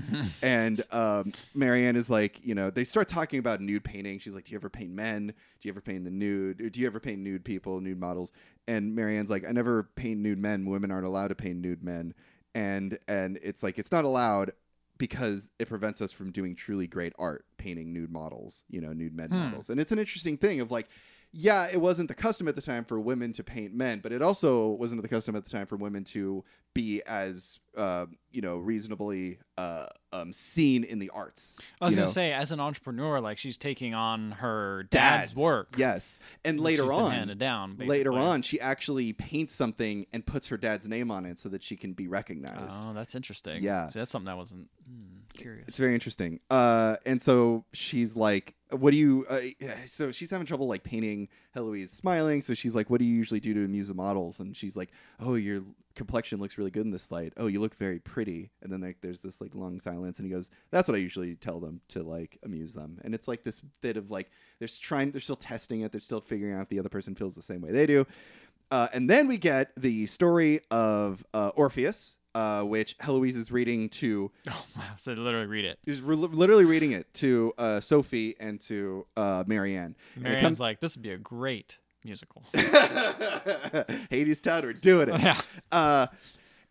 and um, Marianne is like, you know, they start talking about nude painting. She's like, "Do you ever paint men? Do you ever paint the nude? Or do you ever paint nude people, nude models?" And Marianne's like, "I never paint nude men. Women aren't allowed to paint nude men." And and it's like it's not allowed because it prevents us from doing truly great art, painting nude models, you know, nude men
Hmm.
models. And it's an interesting thing of like yeah, it wasn't the custom at the time for women to paint men, but it also wasn't the custom at the time for women to be as uh, you know reasonably uh, um, seen in the arts.
I was
you
gonna
know.
say, as an entrepreneur, like she's taking on her dad's, work.
yes, and
that
later
she's been
on,
handed down.
later
basically.
on, she actually paints something and puts her dad's name on it so that she can be recognized.
Oh, that's interesting.
Yeah.
See, that's something I wasn't hmm, curious.
It's very interesting. Uh, and so she's like, "What do you?" Uh, so she's having trouble like painting Heloise smiling. So she's like, "What do you usually do to amuse the models?" And she's like, "Oh, your complexion looks really good in this light. Oh, you look very pretty." And then like, there's this like long silence, and he goes, "That's what I usually tell them to like amuse them." And it's like this bit of like they're trying, they're still testing it, they're still figuring out if the other person feels the same way they do. Uh, and then we get the story of uh, Orpheus, uh, which Heloise is reading to
Oh wow! So literally read it.
is re- literally reading it to uh, Sophie and to uh, Marianne. And it
Marianne's
comes-
like, this would be a great musical.
Hades Town, we're doing it.
yeah.
Uh,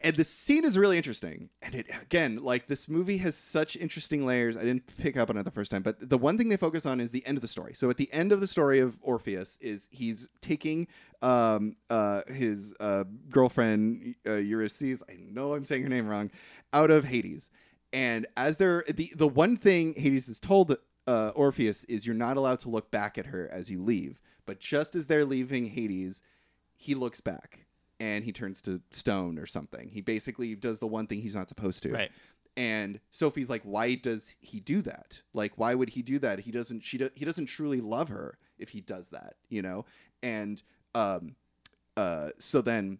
and the scene is really interesting. And it again, like this movie has such interesting layers. I didn't pick up on it the first time, but the one thing they focus on is the end of the story. So at the end of the story of Orpheus, is he's taking um, uh, his uh, girlfriend uh, Eurydice. I know I'm saying her name wrong. Out of Hades, and as they're the the one thing Hades is told uh, Orpheus is you're not allowed to look back at her as you leave. But just as they're leaving Hades, he looks back and he turns to stone or something. He basically does the one thing he's not supposed to.
Right.
And Sophie's like, why does he do that? Like, why would he do that? He doesn't. She do, he doesn't truly love her if he does that. You know. And um, uh, so then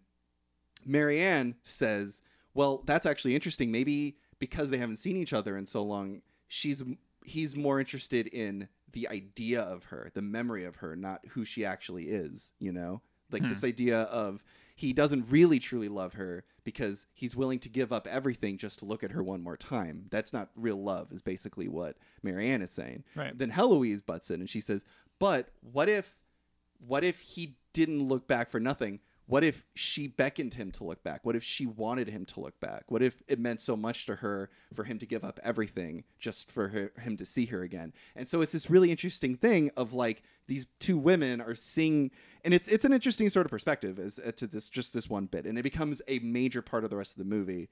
Marianne says, well, that's actually interesting. Maybe because they haven't seen each other in so long, she's he's more interested in the idea of her, the memory of her, not who she actually is, you know? Like
Hmm.
this idea of he doesn't really truly love her because he's willing to give up everything just to look at her one more time. That's not real love, is basically what Marianne is saying.
Right.
Then Heloise butts in and she says, But what if what if he didn't look back for nothing? What if she beckoned him to look back? What if she wanted him to look back? What if it meant so much to her for him to give up everything just for her, him to see her again? And so it's this really interesting thing of like these two women are seeing, and it's it's an interesting sort of perspective as uh, to this just this one bit, and it becomes a major part of the rest of the movie.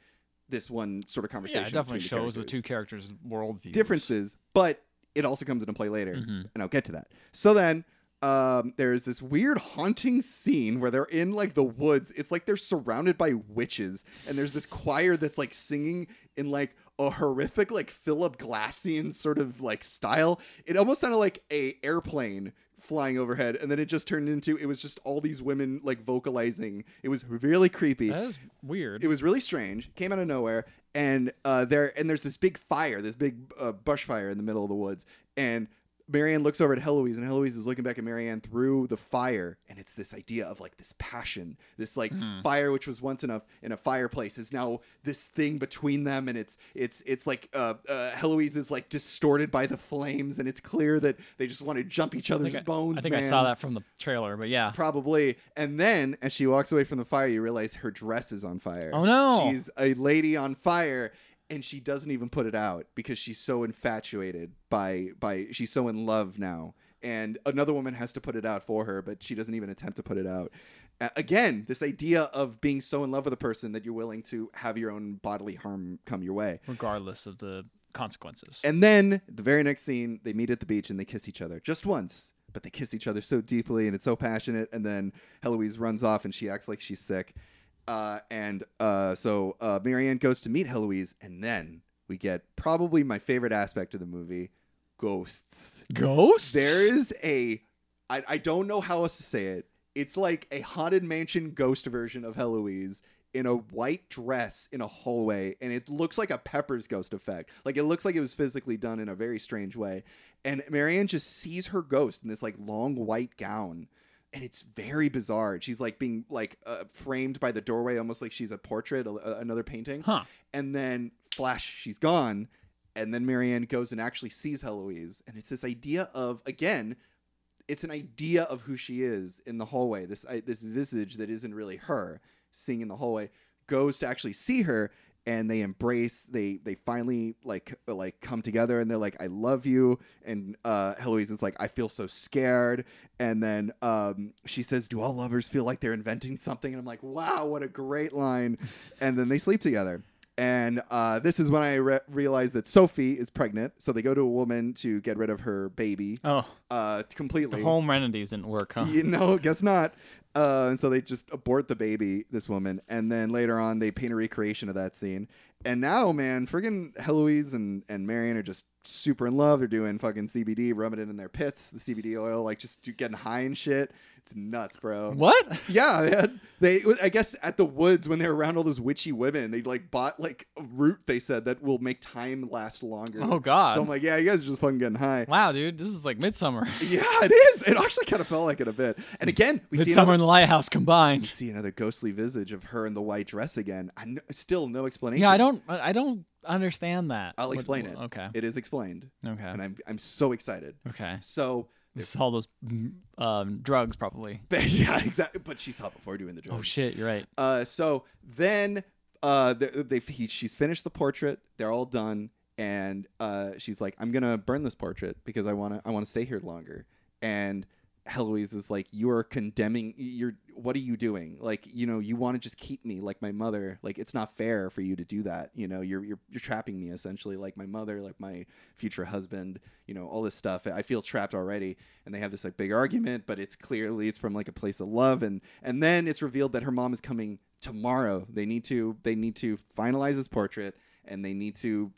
This one sort of
Yeah,
conversation.
it definitely
between
shows the
characters
two characters' worldviews.
differences, but it also comes into play later,
Mhm.
and I'll get to that. So then, um, there's this weird haunting scene where they're in like the woods. It's like they're surrounded by witches, and there's this choir that's like singing in like a horrific like Philip Glassian sort of like style. It almost sounded like a airplane flying overhead, and then it just turned into it was just all these women like vocalizing. It was really creepy.
That is weird.
It was really strange. Came out of nowhere, and uh, there and there's this big fire, this big uh, bush fire in the middle of the woods, and Marianne looks over at Heloise, and Heloise is looking back at Marianne through the fire, and it's this idea of like this passion, this like
Hmm.
fire which was once in a in a fireplace is now this thing between them, and it's it's it's like uh, uh, Heloise is like distorted by the flames, and it's clear that they just want to jump each
I
other's
think, I,
bones.
I, think I
man.
saw that from the trailer, but yeah.
Probably. And then as she walks away from the fire, you realize her dress is on fire.
Oh, no.
She's a lady on fire and she doesn't even put it out because she's so infatuated by by she's so in love now. And another woman has to put it out for her, but she doesn't even attempt to put it out. Uh, again, this idea of being so in love with a person that you're willing to have your own bodily harm come your way.
Regardless of the consequences.
And then the very next scene, they meet at the beach and they kiss each other just once, but they kiss each other so deeply and it's so passionate. And then Heloise runs off and she acts like she's sick. Uh, and uh, so uh, Marianne goes to meet Heloise, and then we get probably my favorite aspect of the movie ghosts.
Ghosts?
There is a, I, I don't know how else to say it. It's like a haunted mansion ghost version of Heloise in a white dress in a hallway, and it looks like a Pepper's ghost effect. Like it looks like it was physically done in a very strange way. And Marianne just sees her ghost in this like long white gown. And it's very bizarre. She's like being like uh, framed by the doorway, almost like she's a portrait, a, a- another painting
Huh.
and then flash she's gone and then marianne goes and actually sees heloise and it's this idea of again it's an idea of who she is in the hallway this I, this visage that isn't really her seeing in the hallway goes to actually see her and they embrace they they finally like like come together and they're like i love you and uh heloise is like i feel so scared and then um she says do all lovers feel like they're inventing something and i'm like wow what a great line and then they sleep together and uh, this is when I re- realized that Sophie is pregnant, so they go to a woman to get rid of her baby
Oh,
uh,
the
completely.
home remedies didn't work, huh?
You know, guess not. Uh, and so they just abort the baby, this woman, and then later on they paint a recreation of that scene. And now, man, friggin' Heloise and and Marion are just super in love. They're doing fucking CBD, rubbing it in their pits, the CBD oil, like just do- getting high and shit. It's nuts, bro.
What?
Yeah, man. They, I guess, at the woods when they're around all those witchy women, they like bought like a root. They said that will make time last longer.
Oh, God.
So I'm like, yeah, you guys are just fucking getting high.
wow, dude, this is like Midsummer.
Yeah, it is. It actually kind of felt like it a bit. And again, we see
Midsummer
another,
and the Lighthouse
we
combined.
see another ghostly visage of her in the white dress again. I kn- still no explanation.
Yeah, I don't, I don't understand that.
I'll
What-
explain it.
Okay.
It is explained,
Okay.
and I'm I'm so excited.
Okay.
So
It's all those mm, um, drugs, probably.
yeah, exactly. But she saw it before doing the job.
Oh shit, you're right.
Uh, so then uh, they, they he, she's finished the portrait. They're all done, and uh, she's like, "I'm gonna burn this portrait because I wanna I wanna stay here longer." And Heloise is like, "You are condemning. You're what are you doing? Like, you know, you want to just keep me like my mother. Like, it's not fair for you to do that. You know, you're you're you're trapping me essentially, like my mother, like my future husband. You know, all this stuff. I feel trapped already." and they have this like big argument but it's clearly it's from like a place of love and and then it's revealed that her mom is coming tomorrow they need to they need to finalize this portrait and they need to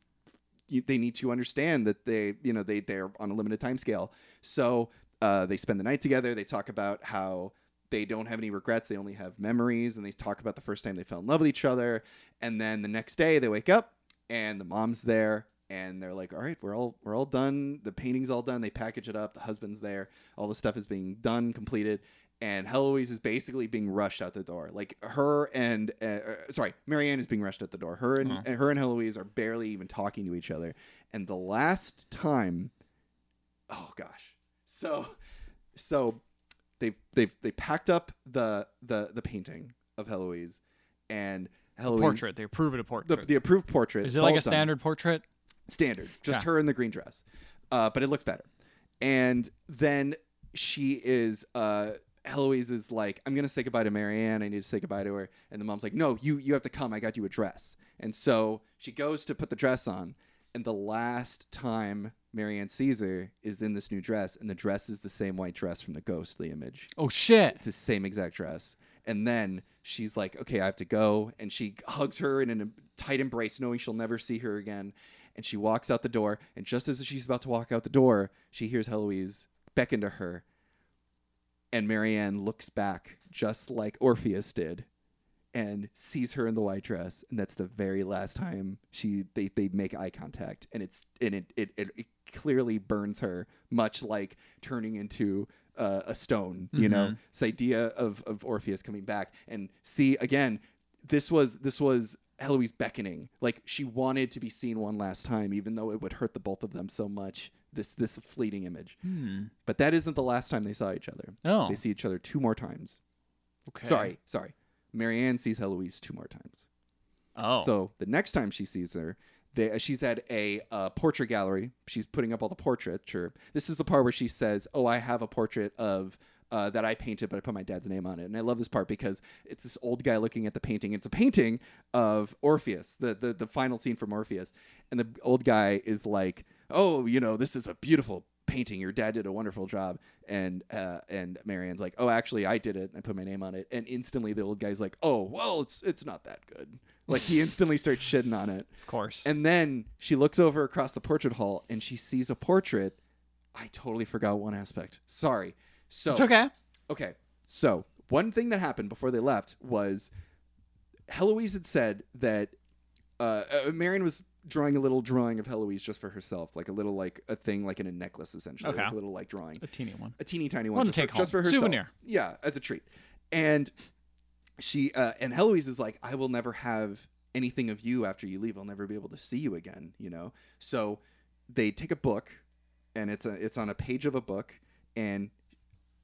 you- they need to understand that they you know they they're on a limited time scale so uh, they spend the night together they talk about how they don't have any regrets they only have memories and they talk about the first time they fell in love with each other and then the next day they wake up and the mom's there and they're like all right we're all we're all done the painting's all done they package it up the husband's there all the stuff is being done completed and Heloise is basically being rushed out the door. Like her and uh, uh, sorry, Marianne is being rushed out the door. Her and,
Oh.
and her and Heloise are barely even talking to each other. And the last time, oh gosh, so so they've they've they packed up the the the painting of Heloise and Heloise
Portrait. They approve it a
the,
portrait.
the approved portrait.
is
It's
it like
all
a
done
standard portrait?
standard just
Yeah.
her in the green dress uh, but it looks better and then she is uh Heloise is like, I'm gonna say goodbye to Marianne. I need to say goodbye to her. And the mom's like, No, you you have to come. I got you a dress. And so she goes to put the dress on. And the last time Marianne sees her is in this new dress, and the dress is the same white dress from the ghostly image.
Oh shit.
It's the same exact dress. And then she's like, okay, I have to go. And she hugs her in a tight embrace, knowing she'll never see her again. And she walks out the door. And just as she's about to walk out the door, she hears Heloise beckon to her. and Marianne looks back just like Orpheus did and sees her in the white dress and that's the very last time she they, they make eye contact and it's and it it, it, it clearly burns her much like turning into uh, a stone you know this idea of of Orpheus coming back and see again this was this was Eloise beckoning like she wanted to be seen one last time even though it would hurt the both of them so much this this fleeting image
Hmm.
but that isn't the last time they saw each other
Oh,
they see each other two more times
okay.
Sorry, sorry. Marianne sees Heloise two more times.
Oh,
So the next time she sees her, they, she's at a uh, portrait gallery. She's putting up all the portraits. Sure. This is the part where she says, "Oh, I have a portrait of." Uh, that I painted, but I put my dad's name on it, and I love this part because it's this old guy looking at the painting. It's a painting of Orpheus, the the, the final scene from Orpheus, and the old guy is like, "Oh, you know, this is a beautiful painting. Your dad did a wonderful job." And uh, and Marianne's like, "Oh, actually, I did it. And I put my name on it." And instantly, the old guy's like, "Oh, well, it's it's not that good." Like he instantly starts shitting on it.
of course.
And then she looks over across the portrait hall and she sees a portrait. I totally forgot one aspect. Sorry. So
it's okay.
Okay. So one thing that happened before they left was Heloise had said that uh, uh, Marion was drawing a little drawing of Heloise just for herself, like a little like a thing like in a necklace essentially,
Okay.
like a little like drawing,
A teeny one.
a teeny tiny one,
One to
just,
take
for, just for
home.
herself.
Souvenir.
Yeah, as a treat. And she uh, and Heloise is like, I will never have anything of you after you leave. I'll never be able to see you again. You know. So they take a book, and it's a it's on a page of a book, and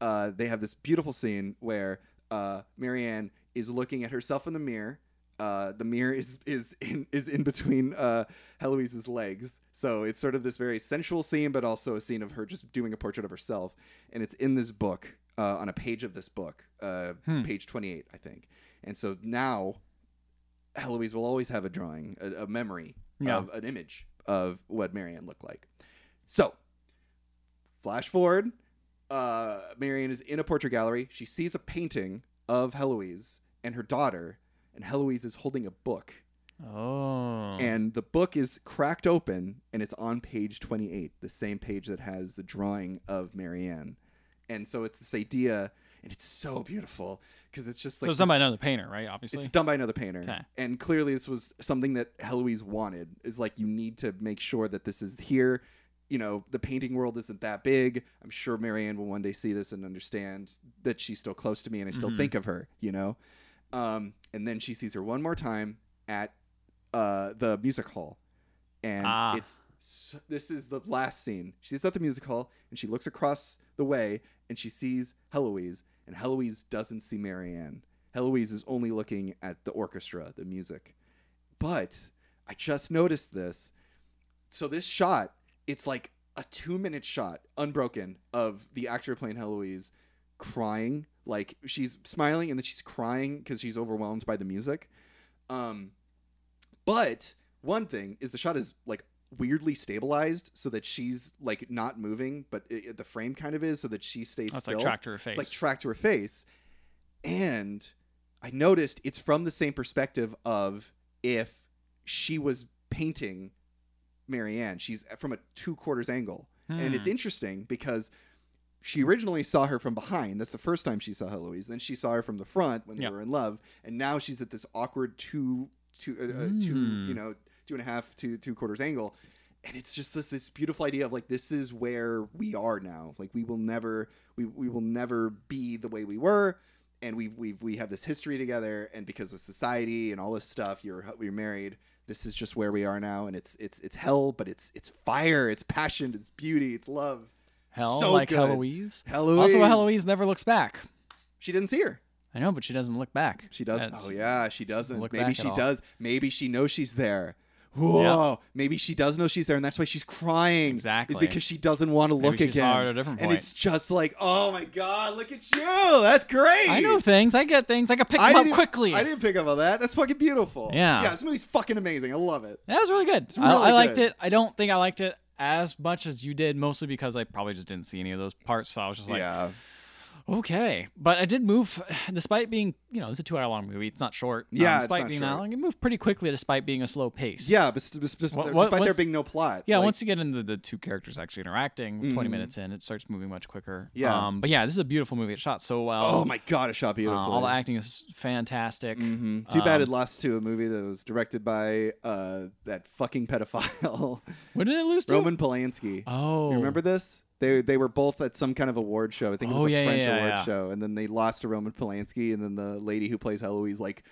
uh, they have this beautiful scene where uh, Marianne is looking at herself in the mirror. Uh, the mirror is is in is in between uh, Heloise's legs, so it's sort of this very sensual scene, but also a scene of her just doing a portrait of herself, and it's in this book uh, on a page of this book, uh,
Hmm.
page twenty eight, I think. And so now, Heloise will always have a drawing, a, a memory
Yeah.
of an image of what Marianne looked like. So, flash forward uh, Marion is in a portrait gallery. She sees a painting of Heloise and her daughter, and Heloise is holding a book.
Oh.
And the book is cracked open, and it's on page 28, the same page that has the drawing of Marianne. And so it's this idea, and it's so beautiful because it's just like.
so
this-
somebody knows the painter, right? Obviously.
it's done by another painter.
Okay.
And clearly this was something that Heloise wanted. Is like you need to make sure that this is here. You know, the painting world isn't that big. I'm sure Marianne will one day see this and understand that she's still close to me and I still
Mhm.
think of her, you know? Um, and then she sees her one more time at uh, the music hall. And
Ah.
it's so, this is the last scene. She's at the music hall and she looks across the way and she sees Heloise, and Heloise doesn't see Marianne. Heloise is only looking at the orchestra, the music. But I just noticed this. So this shot, it's like a two minute shot, unbroken, of the actor playing Heloise crying. Like she's smiling and then she's crying because she's overwhelmed by the music. Um, but one thing is the shot is like weirdly stabilized so that she's like not moving, but it, it- the frame kind of is so that she stays
That's
still.
like track to her face.
It's like track to her face. And I noticed it's from the same perspective of if she was painting Marianne. She's from a two quarters angle. And it's
Hmm.
interesting because she originally saw her from behind. That's the first time she saw Heloise. Then she saw her from the front when they
Yeah.
were in love. And now she's at this awkward two, two, uh, uh, two,
Hmm.
you know, two and a half to two quarters angle. And it's just this this beautiful idea of like this is where we are now. Like we will never we, we will never be the way we were and we we we have this history together and because of society and all this stuff you're you're married this is just where we are now and it's it's it's hell but it's it's fire it's passion it's beauty it's love
hell
so
like
good.
Heloise.
Heloise
Also, Heloise never looks back.
she didn't see her
I know, but she doesn't look back.
she doesn't
That's-
oh yeah she doesn't
look
maybe
back at
she
all.
does maybe she knows she's there whoa maybe she does know she's there and that's why she's crying
Exactly.
is because she doesn't want to
Maybe
look
she
again
saw her at a different
and
point.
it's just like oh my god look at you that's great
I know things. I get things. I can pick them up
didn't-
quickly.
I didn't pick up on that. That's fucking beautiful.
Yeah.
Yeah, this movie's fucking amazing. I love it.
That was really good.
really
I, I liked
good.
it. I don't think I liked it as much as you did, mostly because I probably just didn't see any of those parts. So I was just like,
yeah.
Okay, but I did move, despite being you know it's a two hour long movie. It's not short. Um,
Yeah, it's
despite
not
being that
short.
long, it moved pretty quickly, despite being a slow pace.
Yeah, but st- but- but-
What-
despite
what-
there
once-
being no plot.
Yeah,
like- Mm-hmm.
once you get into the two characters actually interacting, 20 minutes in, it starts moving much quicker.
Yeah.
Um, but yeah, this is a beautiful movie. It shot so well.
Oh my god, it shot
Uh,
beautiful.
all the acting is fantastic.
hmm Too bad
Um,
it lost to a movie that was directed by uh, that fucking pedophile
What did it lose to?
Roman Polanski.
Oh.
You remember this? They they were both at some kind of award show. I think it was
Oh,
a
yeah,
French
yeah,
award
yeah.
show, and then they lost to Roman Polanski, and then the lady who plays Heloise like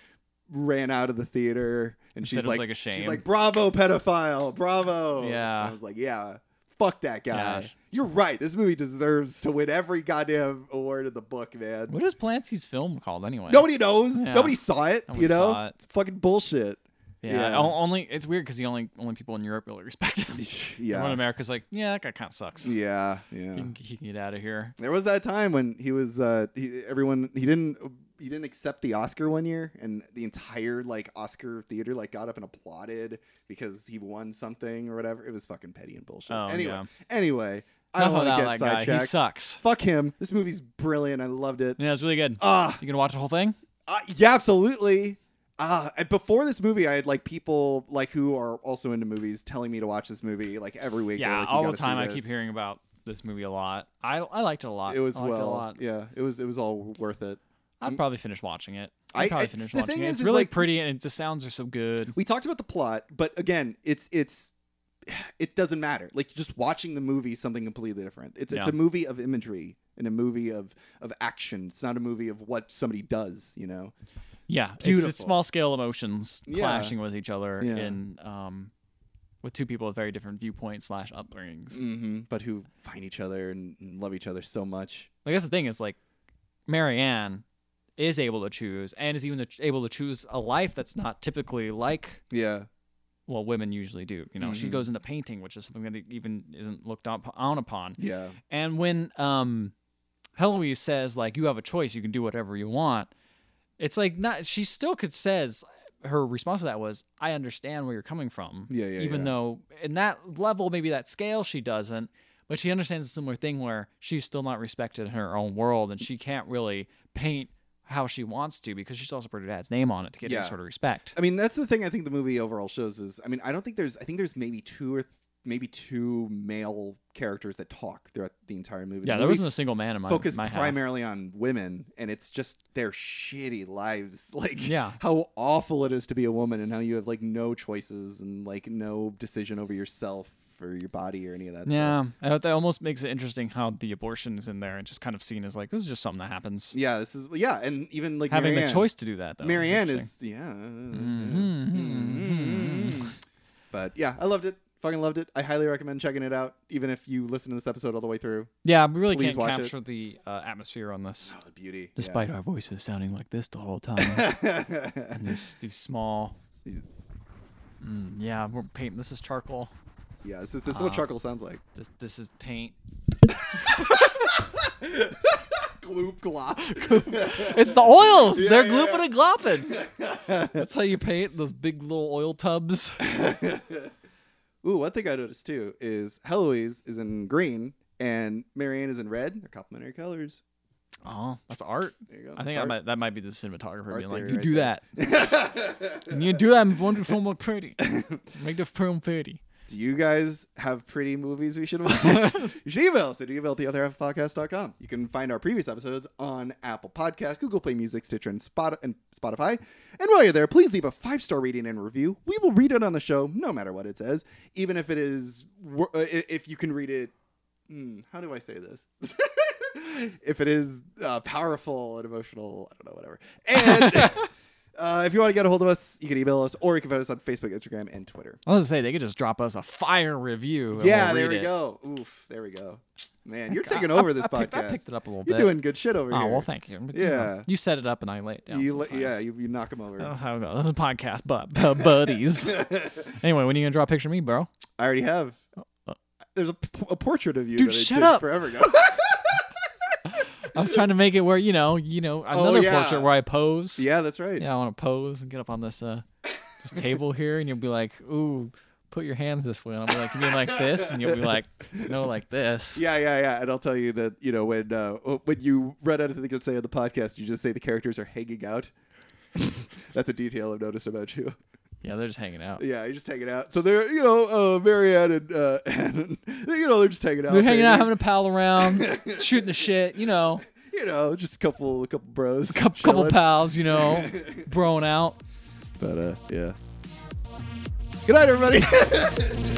ran out of the theater, and
Said
she's
it was
like,
like a
she's
shame.
like, "Bravo, pedophile! Bravo!"
Yeah.
And I was like, "Yeah, fuck that guy."
Gosh.
You're right. This movie deserves to win every goddamn award in the book, man.
What is Polanski's film called anyway?
Nobody knows.
Yeah.
Nobody saw it.
Nobody
you know,
saw it.
it's fucking bullshit.
Yeah.
yeah.
o- Only it's weird because the only only people in Europe really respect him. Everyone in
Yeah,
America's like, yeah, that guy kind of sucks.
yeah, yeah.
He, can, he can get out of here.
There was that time when he was uh he, everyone he didn't he didn't accept the Oscar one year and the entire like Oscar theater like got up and applauded because he won something or whatever. It was fucking petty and bullshit.
Oh,
anyway,
yeah.
anyway, I don't
Enough
want to
about that
get
guy. He
sidetracked.
sucks.
Fuck him. This movie's brilliant. I loved it.
Yeah, it's really good.
Ah,
You gonna watch the whole thing?
uh, yeah, absolutely. Uh, and before this movie, I had like people like who are also into movies telling me to watch this movie like every week. They're
yeah,
like, "You
all the
gotta see
time. I
this."
keep hearing about this movie a lot. I I liked it a lot.
It was
I liked
well,
it a lot.
yeah. It was it was all worth it.
I'd probably finish watching it.
I-
I'd probably
I-
finish
the
watching
thing
it.
is,
It's
is,
really
like-
pretty, and it, the sounds are so good.
we talked about the plot but again it's it's it doesn't matter like just watching the movie is something completely different it's it's
Yeah.
a movie of imagery and a movie of of action it's not a movie of what somebody does you know
Yeah, it's, it's,
beautiful.
small scale emotions
Yeah.
clashing with each other
Yeah.
in um, with two people with very different viewpoints slash upbringings.
mm-hmm. but who find each other and, and love each other so much
Like that's the thing is like Marianne is able to choose and is even able to choose a life that's not typically like
yeah
well women usually do. You know, she
Mhm.
goes into painting, which is something that e-, even isn't looked up, on upon.
yeah
And when um Heloise says like you have a choice, you can do whatever you want, it's like not she still could says her response to that was, I understand where you're coming from.
Yeah, yeah,
Even
yeah.
though in that level, maybe that scale she doesn't, but she understands a similar thing where she's still not respected in her own world and she can't really paint how she wants to because she's also put her dad's name on it to get
Yeah. Uh,
any sort of respect.
i mean that's the thing i think the movie overall shows is i mean i don't think there's i think there's maybe two or th- maybe two male characters that talk throughout the entire movie The
Yeah, there
movie
wasn't a single man in my,
focus
my half.
primarily on women and it's just their shitty lives like
Yeah.
how awful it is to be a woman and how you have like no choices and like no decision over yourself or your body or any of that
Yeah,
stuff.
I thought that almost makes it interesting how the abortion's in there and just kind of seen as like this is just something that happens.
yeah this is yeah and even like
Having
marianne,
the choice to do that though. is
marianne
interesting. Mm-hmm.
is yeah Mm-hmm.
Mhm.
but yeah i loved it fucking loved it i highly recommend checking it out even if you listen to this episode all the way through
Yeah, we really
Please
can't
watch it.
capture the uh, atmosphere on this,
oh, the beauty
despite our voices sounding like this the whole time.
yeah.
and these these small. Mm, yeah, we're painting. This is charcoal.
yeah this is, this is
Ah.
what charcoal sounds like
This this is paint.
gloop glop
It's the oils. They're
yeah,
glooping and glopping. That's how you paint those big little oil tubs.
Ooh, one thing I noticed too is Heloise is in green and Marianne is in red. They're complementary colors.
Oh, that's art.
There you go.
I think I might, that might be the cinematographer being like,
theory
"You
right
do
there."
that, and you do that, and want the film look pretty. Make the film pretty."
Do you guys have pretty movies we should watch? you should email us at email at theotherhalfpodcast.com. You can find our previous episodes on Apple Podcasts, Google Play Music, Stitcher, and, Spot- and Spotify. And while you're there, please leave a five star rating and review. We will read it on the show, no matter what it says, even if it is, wor- uh, i- if you can read it. Hmm, how do I say this? if it is uh, powerful and emotional, I don't know, whatever. And. Uh, if you want to get a hold of us, you can email us or you can find us on Facebook, Instagram, and Twitter.
I was gonna say they could just drop us a fire review. and
Yeah,
we'll
there
read
we
it.
go. Oof, there we go. Man, you're
God,
taking
I-
over
I-
this
I
podcast.
picked- I picked it up a little
you're
bit.
doing good shit over
Oh
here.
well, thank you. But, you
Yeah.
know, you set it up and I lay it down.
you li-
sometimes.
yeah, you, you knock them over.
I don't know how it goes. This is a podcast, but buddies. anyway, when are you gonna draw a picture of me, bro?
I already have. There's a, p- a portrait of you.
Uh, Dude,
that I
shut
did
up.
Forever ago.
I was trying to make it where you know, you know, another
Oh, yeah.
portrait where I pose.
yeah, that's right.
Yeah, I want to pose and get up on this uh this table here, and you'll be like, "Ooh, put your hands this way, and I'll be like, you mean like this, and you'll be like, no, like this.
Yeah, yeah, yeah. And I'll tell you that you know when uh, when you run out of things to say on the podcast, you just say the characters are hanging out. That's a detail I've noticed about you.
Yeah, they're just hanging out.
Yeah, you're just hanging out. So they're you know uh, Marianne and, uh, and you know they're just hanging out.
They're hanging
baby.
out, having a pal around, shooting the shit. You know,
you know just a couple a couple bros,
couple, couple
chilling.
pals. You know, broing out.
But uh, yeah. Good night, everybody.